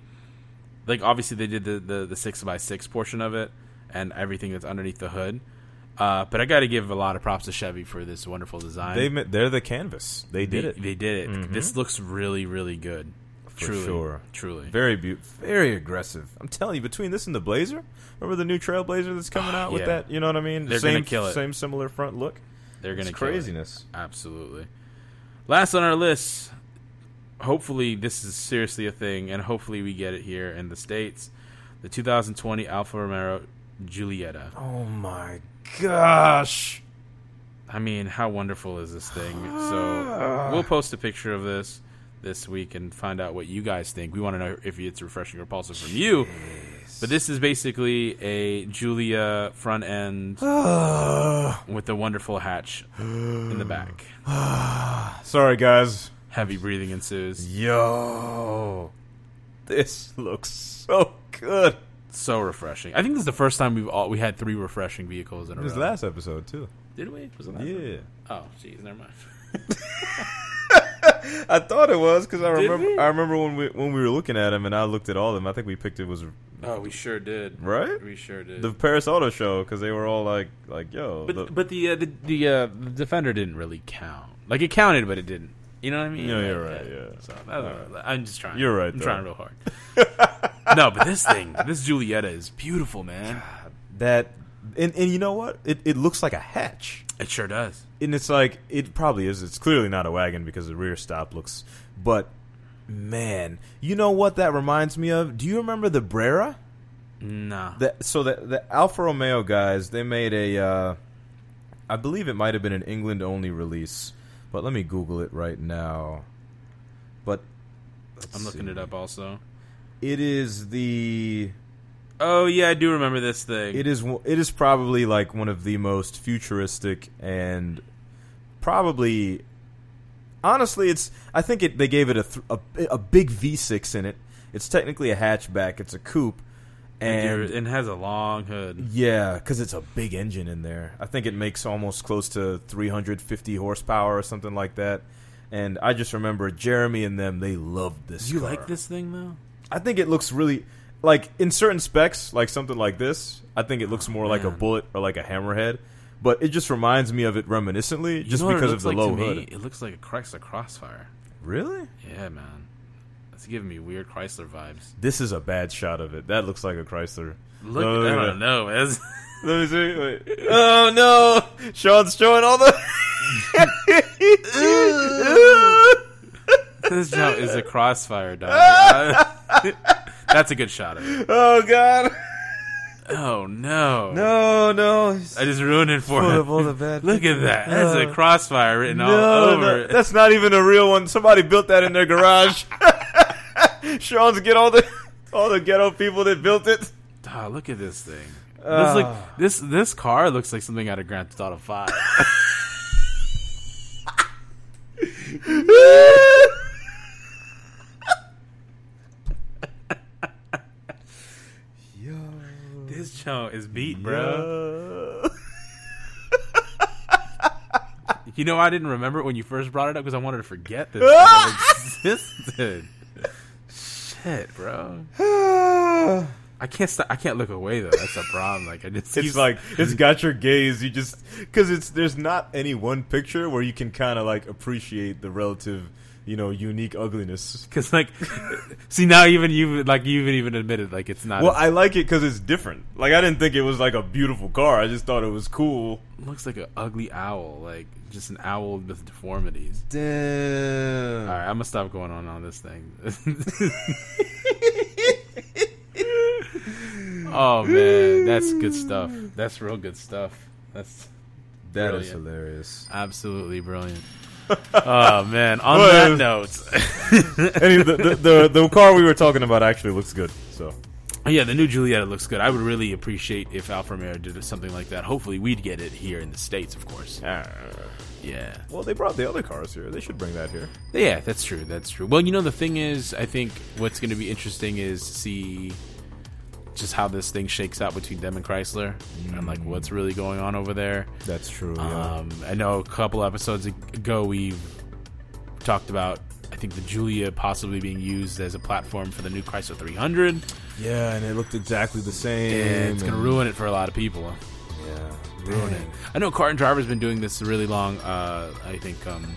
Speaker 4: like, obviously they did the, the, the 6x6 portion of it and everything that's underneath the hood. Uh, but I got to give a lot of props to Chevy for this wonderful design.
Speaker 5: They ma- they're the canvas. They did
Speaker 4: They-
Speaker 5: it. Mm-hmm.
Speaker 4: They did it. This looks really, really good. truly,
Speaker 5: sure.
Speaker 4: truly.
Speaker 5: Very beautiful. Very aggressive. I'm telling you, between this and the Blazer, remember the new Trailblazer that's coming out with
Speaker 4: Ah, Yeah.
Speaker 5: that? You know what I mean?
Speaker 4: They're
Speaker 5: same,
Speaker 4: gonna kill it.
Speaker 5: Same similar front look.
Speaker 4: They're gonna
Speaker 5: It's
Speaker 4: kill it.
Speaker 5: craziness.
Speaker 4: Absolutely. Last on our list. Hopefully, this is seriously a thing, and hopefully, we get it here in the states. The 2020 Alfa Romeo Giulietta.
Speaker 5: Oh my gosh.
Speaker 4: I mean, how wonderful is this thing? So we'll post a picture of this this week and find out what you guys think. We want to know if it's refreshing or repulsive from you. But this is basically a Julia front end with a wonderful hatch in the back.
Speaker 5: [SIGHS] Sorry, guys.
Speaker 4: Heavy breathing ensues.
Speaker 5: Yo. This looks so good.
Speaker 4: So refreshing. I think this is the first time we've all we had three refreshing vehicles in a
Speaker 5: It was
Speaker 4: row.
Speaker 5: last episode, too.
Speaker 4: Did we? Was it last?
Speaker 5: Yeah.
Speaker 4: Oh, jeez, never mind. [LAUGHS]
Speaker 5: I thought it was because I
Speaker 4: Did
Speaker 5: remember.
Speaker 4: we?
Speaker 5: I remember when we when we were looking at them, and I looked at all of them. I think we picked it was
Speaker 4: Oh, we sure did.
Speaker 5: Right?
Speaker 4: We sure did.
Speaker 5: the Paris Auto Show because they were all like, like, yo,
Speaker 4: But
Speaker 5: the-
Speaker 4: but the uh, the the, uh, the defender didn't really count. Like it counted, but it didn't. You know what I mean?
Speaker 5: Yeah, you're
Speaker 4: Like,
Speaker 5: right,
Speaker 4: uh,
Speaker 5: yeah.
Speaker 4: So I don't know. I'm just trying.
Speaker 5: You're right,
Speaker 4: I'm
Speaker 5: though.
Speaker 4: trying real
Speaker 5: [LAUGHS]
Speaker 4: hard. no, but this thing, this Julietta is beautiful, man.
Speaker 5: that, and and you know what? It it looks like a hatch,
Speaker 4: It sure does.
Speaker 5: and it's like it probably is. It's clearly not a wagon because the rear stop looks, but man, you know what that reminds me of? Do you remember the Brera?
Speaker 4: Nah.
Speaker 5: That so the the Alfa Romeo guys they made a, uh, I believe it might have been an England only release, but let me Google it right now. But let's
Speaker 4: I'm looking
Speaker 5: see.
Speaker 4: it up also.
Speaker 5: It is the
Speaker 4: Oh yeah, I do remember this thing.
Speaker 5: It is one- it is probably like one of the most futuristic and probably honestly it's I think it they gave it a th- a, a big V6 in it. It's technically a hatchback, it's a coupe and
Speaker 4: and it has a long hood.
Speaker 5: yeah, cuz it's a big engine in there. I think it makes almost close to 350 horsepower or something like that. And I just remember Jeremy and them they loved this
Speaker 4: Do you
Speaker 5: car.
Speaker 4: like this thing though?
Speaker 5: I think it looks really like in certain specs, like something like this. I think it looks more like a
Speaker 4: man.
Speaker 5: bullet or like a hammerhead, but it just reminds me of it reminiscently,
Speaker 4: You
Speaker 5: just
Speaker 4: know what it
Speaker 5: because
Speaker 4: looks
Speaker 5: of
Speaker 4: like
Speaker 5: the low
Speaker 4: to me?
Speaker 5: hood.
Speaker 4: It looks like a Chrysler Crossfire.
Speaker 5: Really?
Speaker 4: Yeah, man. That's giving me weird Chrysler vibes.
Speaker 5: This is a bad shot of it. That looks like a Chrysler. Oh,
Speaker 4: Look,
Speaker 5: No,
Speaker 4: I
Speaker 5: no,
Speaker 4: don't know. [LAUGHS] man.
Speaker 5: no. Let me see. Wait. [LAUGHS] Oh no! Sean's showing all
Speaker 4: [LAUGHS]
Speaker 5: [LAUGHS] the.
Speaker 4: This job is a crossfire
Speaker 5: [LAUGHS]
Speaker 4: dog. Uh, That's a good shot of it.
Speaker 5: oh [LAUGHS] god!
Speaker 4: Oh no.
Speaker 5: No, Oh, no!
Speaker 4: I just ruined it for
Speaker 5: Full of
Speaker 4: him.
Speaker 5: all the
Speaker 4: [LAUGHS]
Speaker 5: bad
Speaker 4: Look at that. That's a
Speaker 5: No.
Speaker 4: crossfire written all
Speaker 5: No,
Speaker 4: over
Speaker 5: no,
Speaker 4: it.
Speaker 5: that's not even a real one. Somebody built that in their [LAUGHS] garage. Sean's get all the all the ghetto people that built it.
Speaker 4: Ah, look at this thing. This
Speaker 5: Uh.
Speaker 4: look this this car looks like something out of Grand Theft Auto Five. this chunk is beat, bro. [LAUGHS] You know I didn't remember it when you first brought it up because I wanted to forget this thing existed. Shit, bro. I can't stop. I can't look away though. That's a problem. Like I just [LAUGHS]
Speaker 5: It's like it's got your gaze. You just because it's there's not any one picture where you can kind of like appreciate the relative, you know, unique ugliness.
Speaker 4: because like see now even you like you even even admitted like it's not.
Speaker 5: Well,
Speaker 4: as-
Speaker 5: I like it because it's different. Like I didn't think it was like a beautiful car. I just thought it was cool.
Speaker 4: it looks like an ugly owl, like just an owl with deformities. All
Speaker 5: Damn.
Speaker 4: right, I'm gonna stop going on on this
Speaker 5: [LAUGHS]
Speaker 4: thing. oh man, that's good stuff. That's real good stuff. That's
Speaker 5: That is
Speaker 4: Brilliant.
Speaker 5: hilarious.
Speaker 4: absolutely brilliant. oh man, on
Speaker 5: Well,
Speaker 4: that note.
Speaker 5: [LAUGHS] Anyway, the, the, the the car we were talking about actually looks good. So
Speaker 4: Yeah, the new Giulietta looks good. I would really appreciate if Alfa Romeo did something like that. Hopefully, we'd get it here in the states, of course.
Speaker 5: Ah.
Speaker 4: Yeah,
Speaker 5: well, they brought the other cars here. They should bring that here.
Speaker 4: yeah, that's true. That's true. Well, you know, the thing is, I think what's going to be interesting is to see just how this thing shakes out between them and Chrysler, and like
Speaker 5: Mm.
Speaker 4: what's really going on over there.
Speaker 5: That's true.
Speaker 4: Um, I know a couple episodes ago we talked about. I think the Julia possibly being used as a platform for the new Chrysler 300.
Speaker 5: yeah, and it looked exactly the same.
Speaker 4: And it's going to ruin it for a lot of people.
Speaker 5: Yeah,
Speaker 4: ruin it. I know Car and Driver's been doing this really long. Uh, I think um,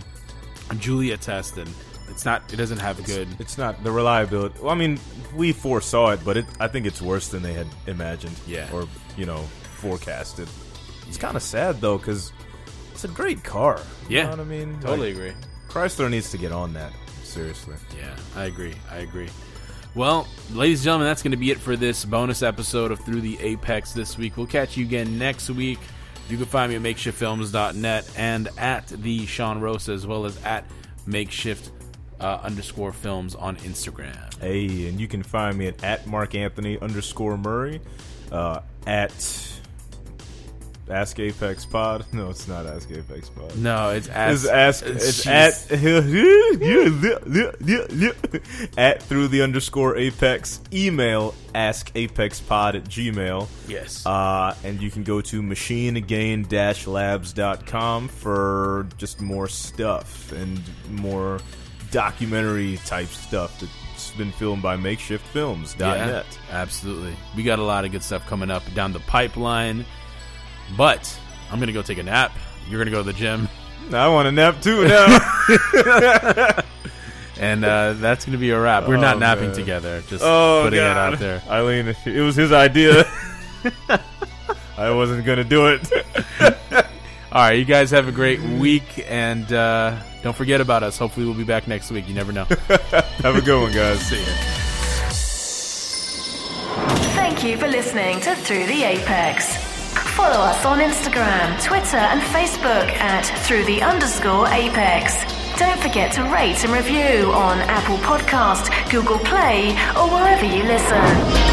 Speaker 4: Julia test, and it's not. It doesn't have good.
Speaker 5: It's not the reliability. Well, I mean, we foresaw it, but it, I think it's worse than they had imagined.
Speaker 4: Yeah.
Speaker 5: Or, you know, forecasted. It's kind of sad, though, because it's a great car. You
Speaker 4: Yeah,
Speaker 5: know what I mean?
Speaker 4: totally
Speaker 5: Like,
Speaker 4: agree.
Speaker 5: Chrysler needs to get on that. Seriously.
Speaker 4: Yeah, I agree. I agree. Well, ladies and gentlemen, that's going to be it for this bonus episode of Through the Apex this week. We'll catch you again next week. You can find me at makeshiftfilms.net and at the Sean Rosa as well as at makeshift uh, underscore films on Instagram.
Speaker 5: Hey, and you can find me at, at Mark Anthony underscore Murray, uh, at Ask Apex Pod. [LAUGHS] No, it's not Ask Apex Pod.
Speaker 4: No, it's at
Speaker 5: It's ask. It's
Speaker 4: she's-
Speaker 5: at [LAUGHS] at through the underscore apex email ask apexpod at gmail.
Speaker 4: yes.
Speaker 5: Uh, and you can go to machineagain-labs.com for just more stuff and more documentary type stuff that's been filmed by makeshiftfilms.net.
Speaker 4: Yeah, absolutely. We got a lot of good stuff coming up down the pipeline. But I'm going to go take a nap. You're going to go to the gym.
Speaker 5: I want a nap
Speaker 4: [LAUGHS]
Speaker 5: too now.
Speaker 4: And uh, that's going to be a wrap. We're not
Speaker 5: Oh,
Speaker 4: napping
Speaker 5: man.
Speaker 4: together. Just
Speaker 5: oh,
Speaker 4: putting
Speaker 5: God.
Speaker 4: it out there.
Speaker 5: Eileen, it was his idea. [LAUGHS] I wasn't going to do it. [LAUGHS]
Speaker 4: All right. You guys have a great week. And uh, don't forget about us. Hopefully, we'll be back next week. You never
Speaker 5: [LAUGHS]
Speaker 4: know.
Speaker 5: Have a good one, guys. See ya.
Speaker 2: Thank you for listening to Through the Apex. Follow us on Instagram, Twitter, and Facebook at Through the underscore Apex. Don't forget to rate and review on Apple Podcast, Google Play, or wherever you listen.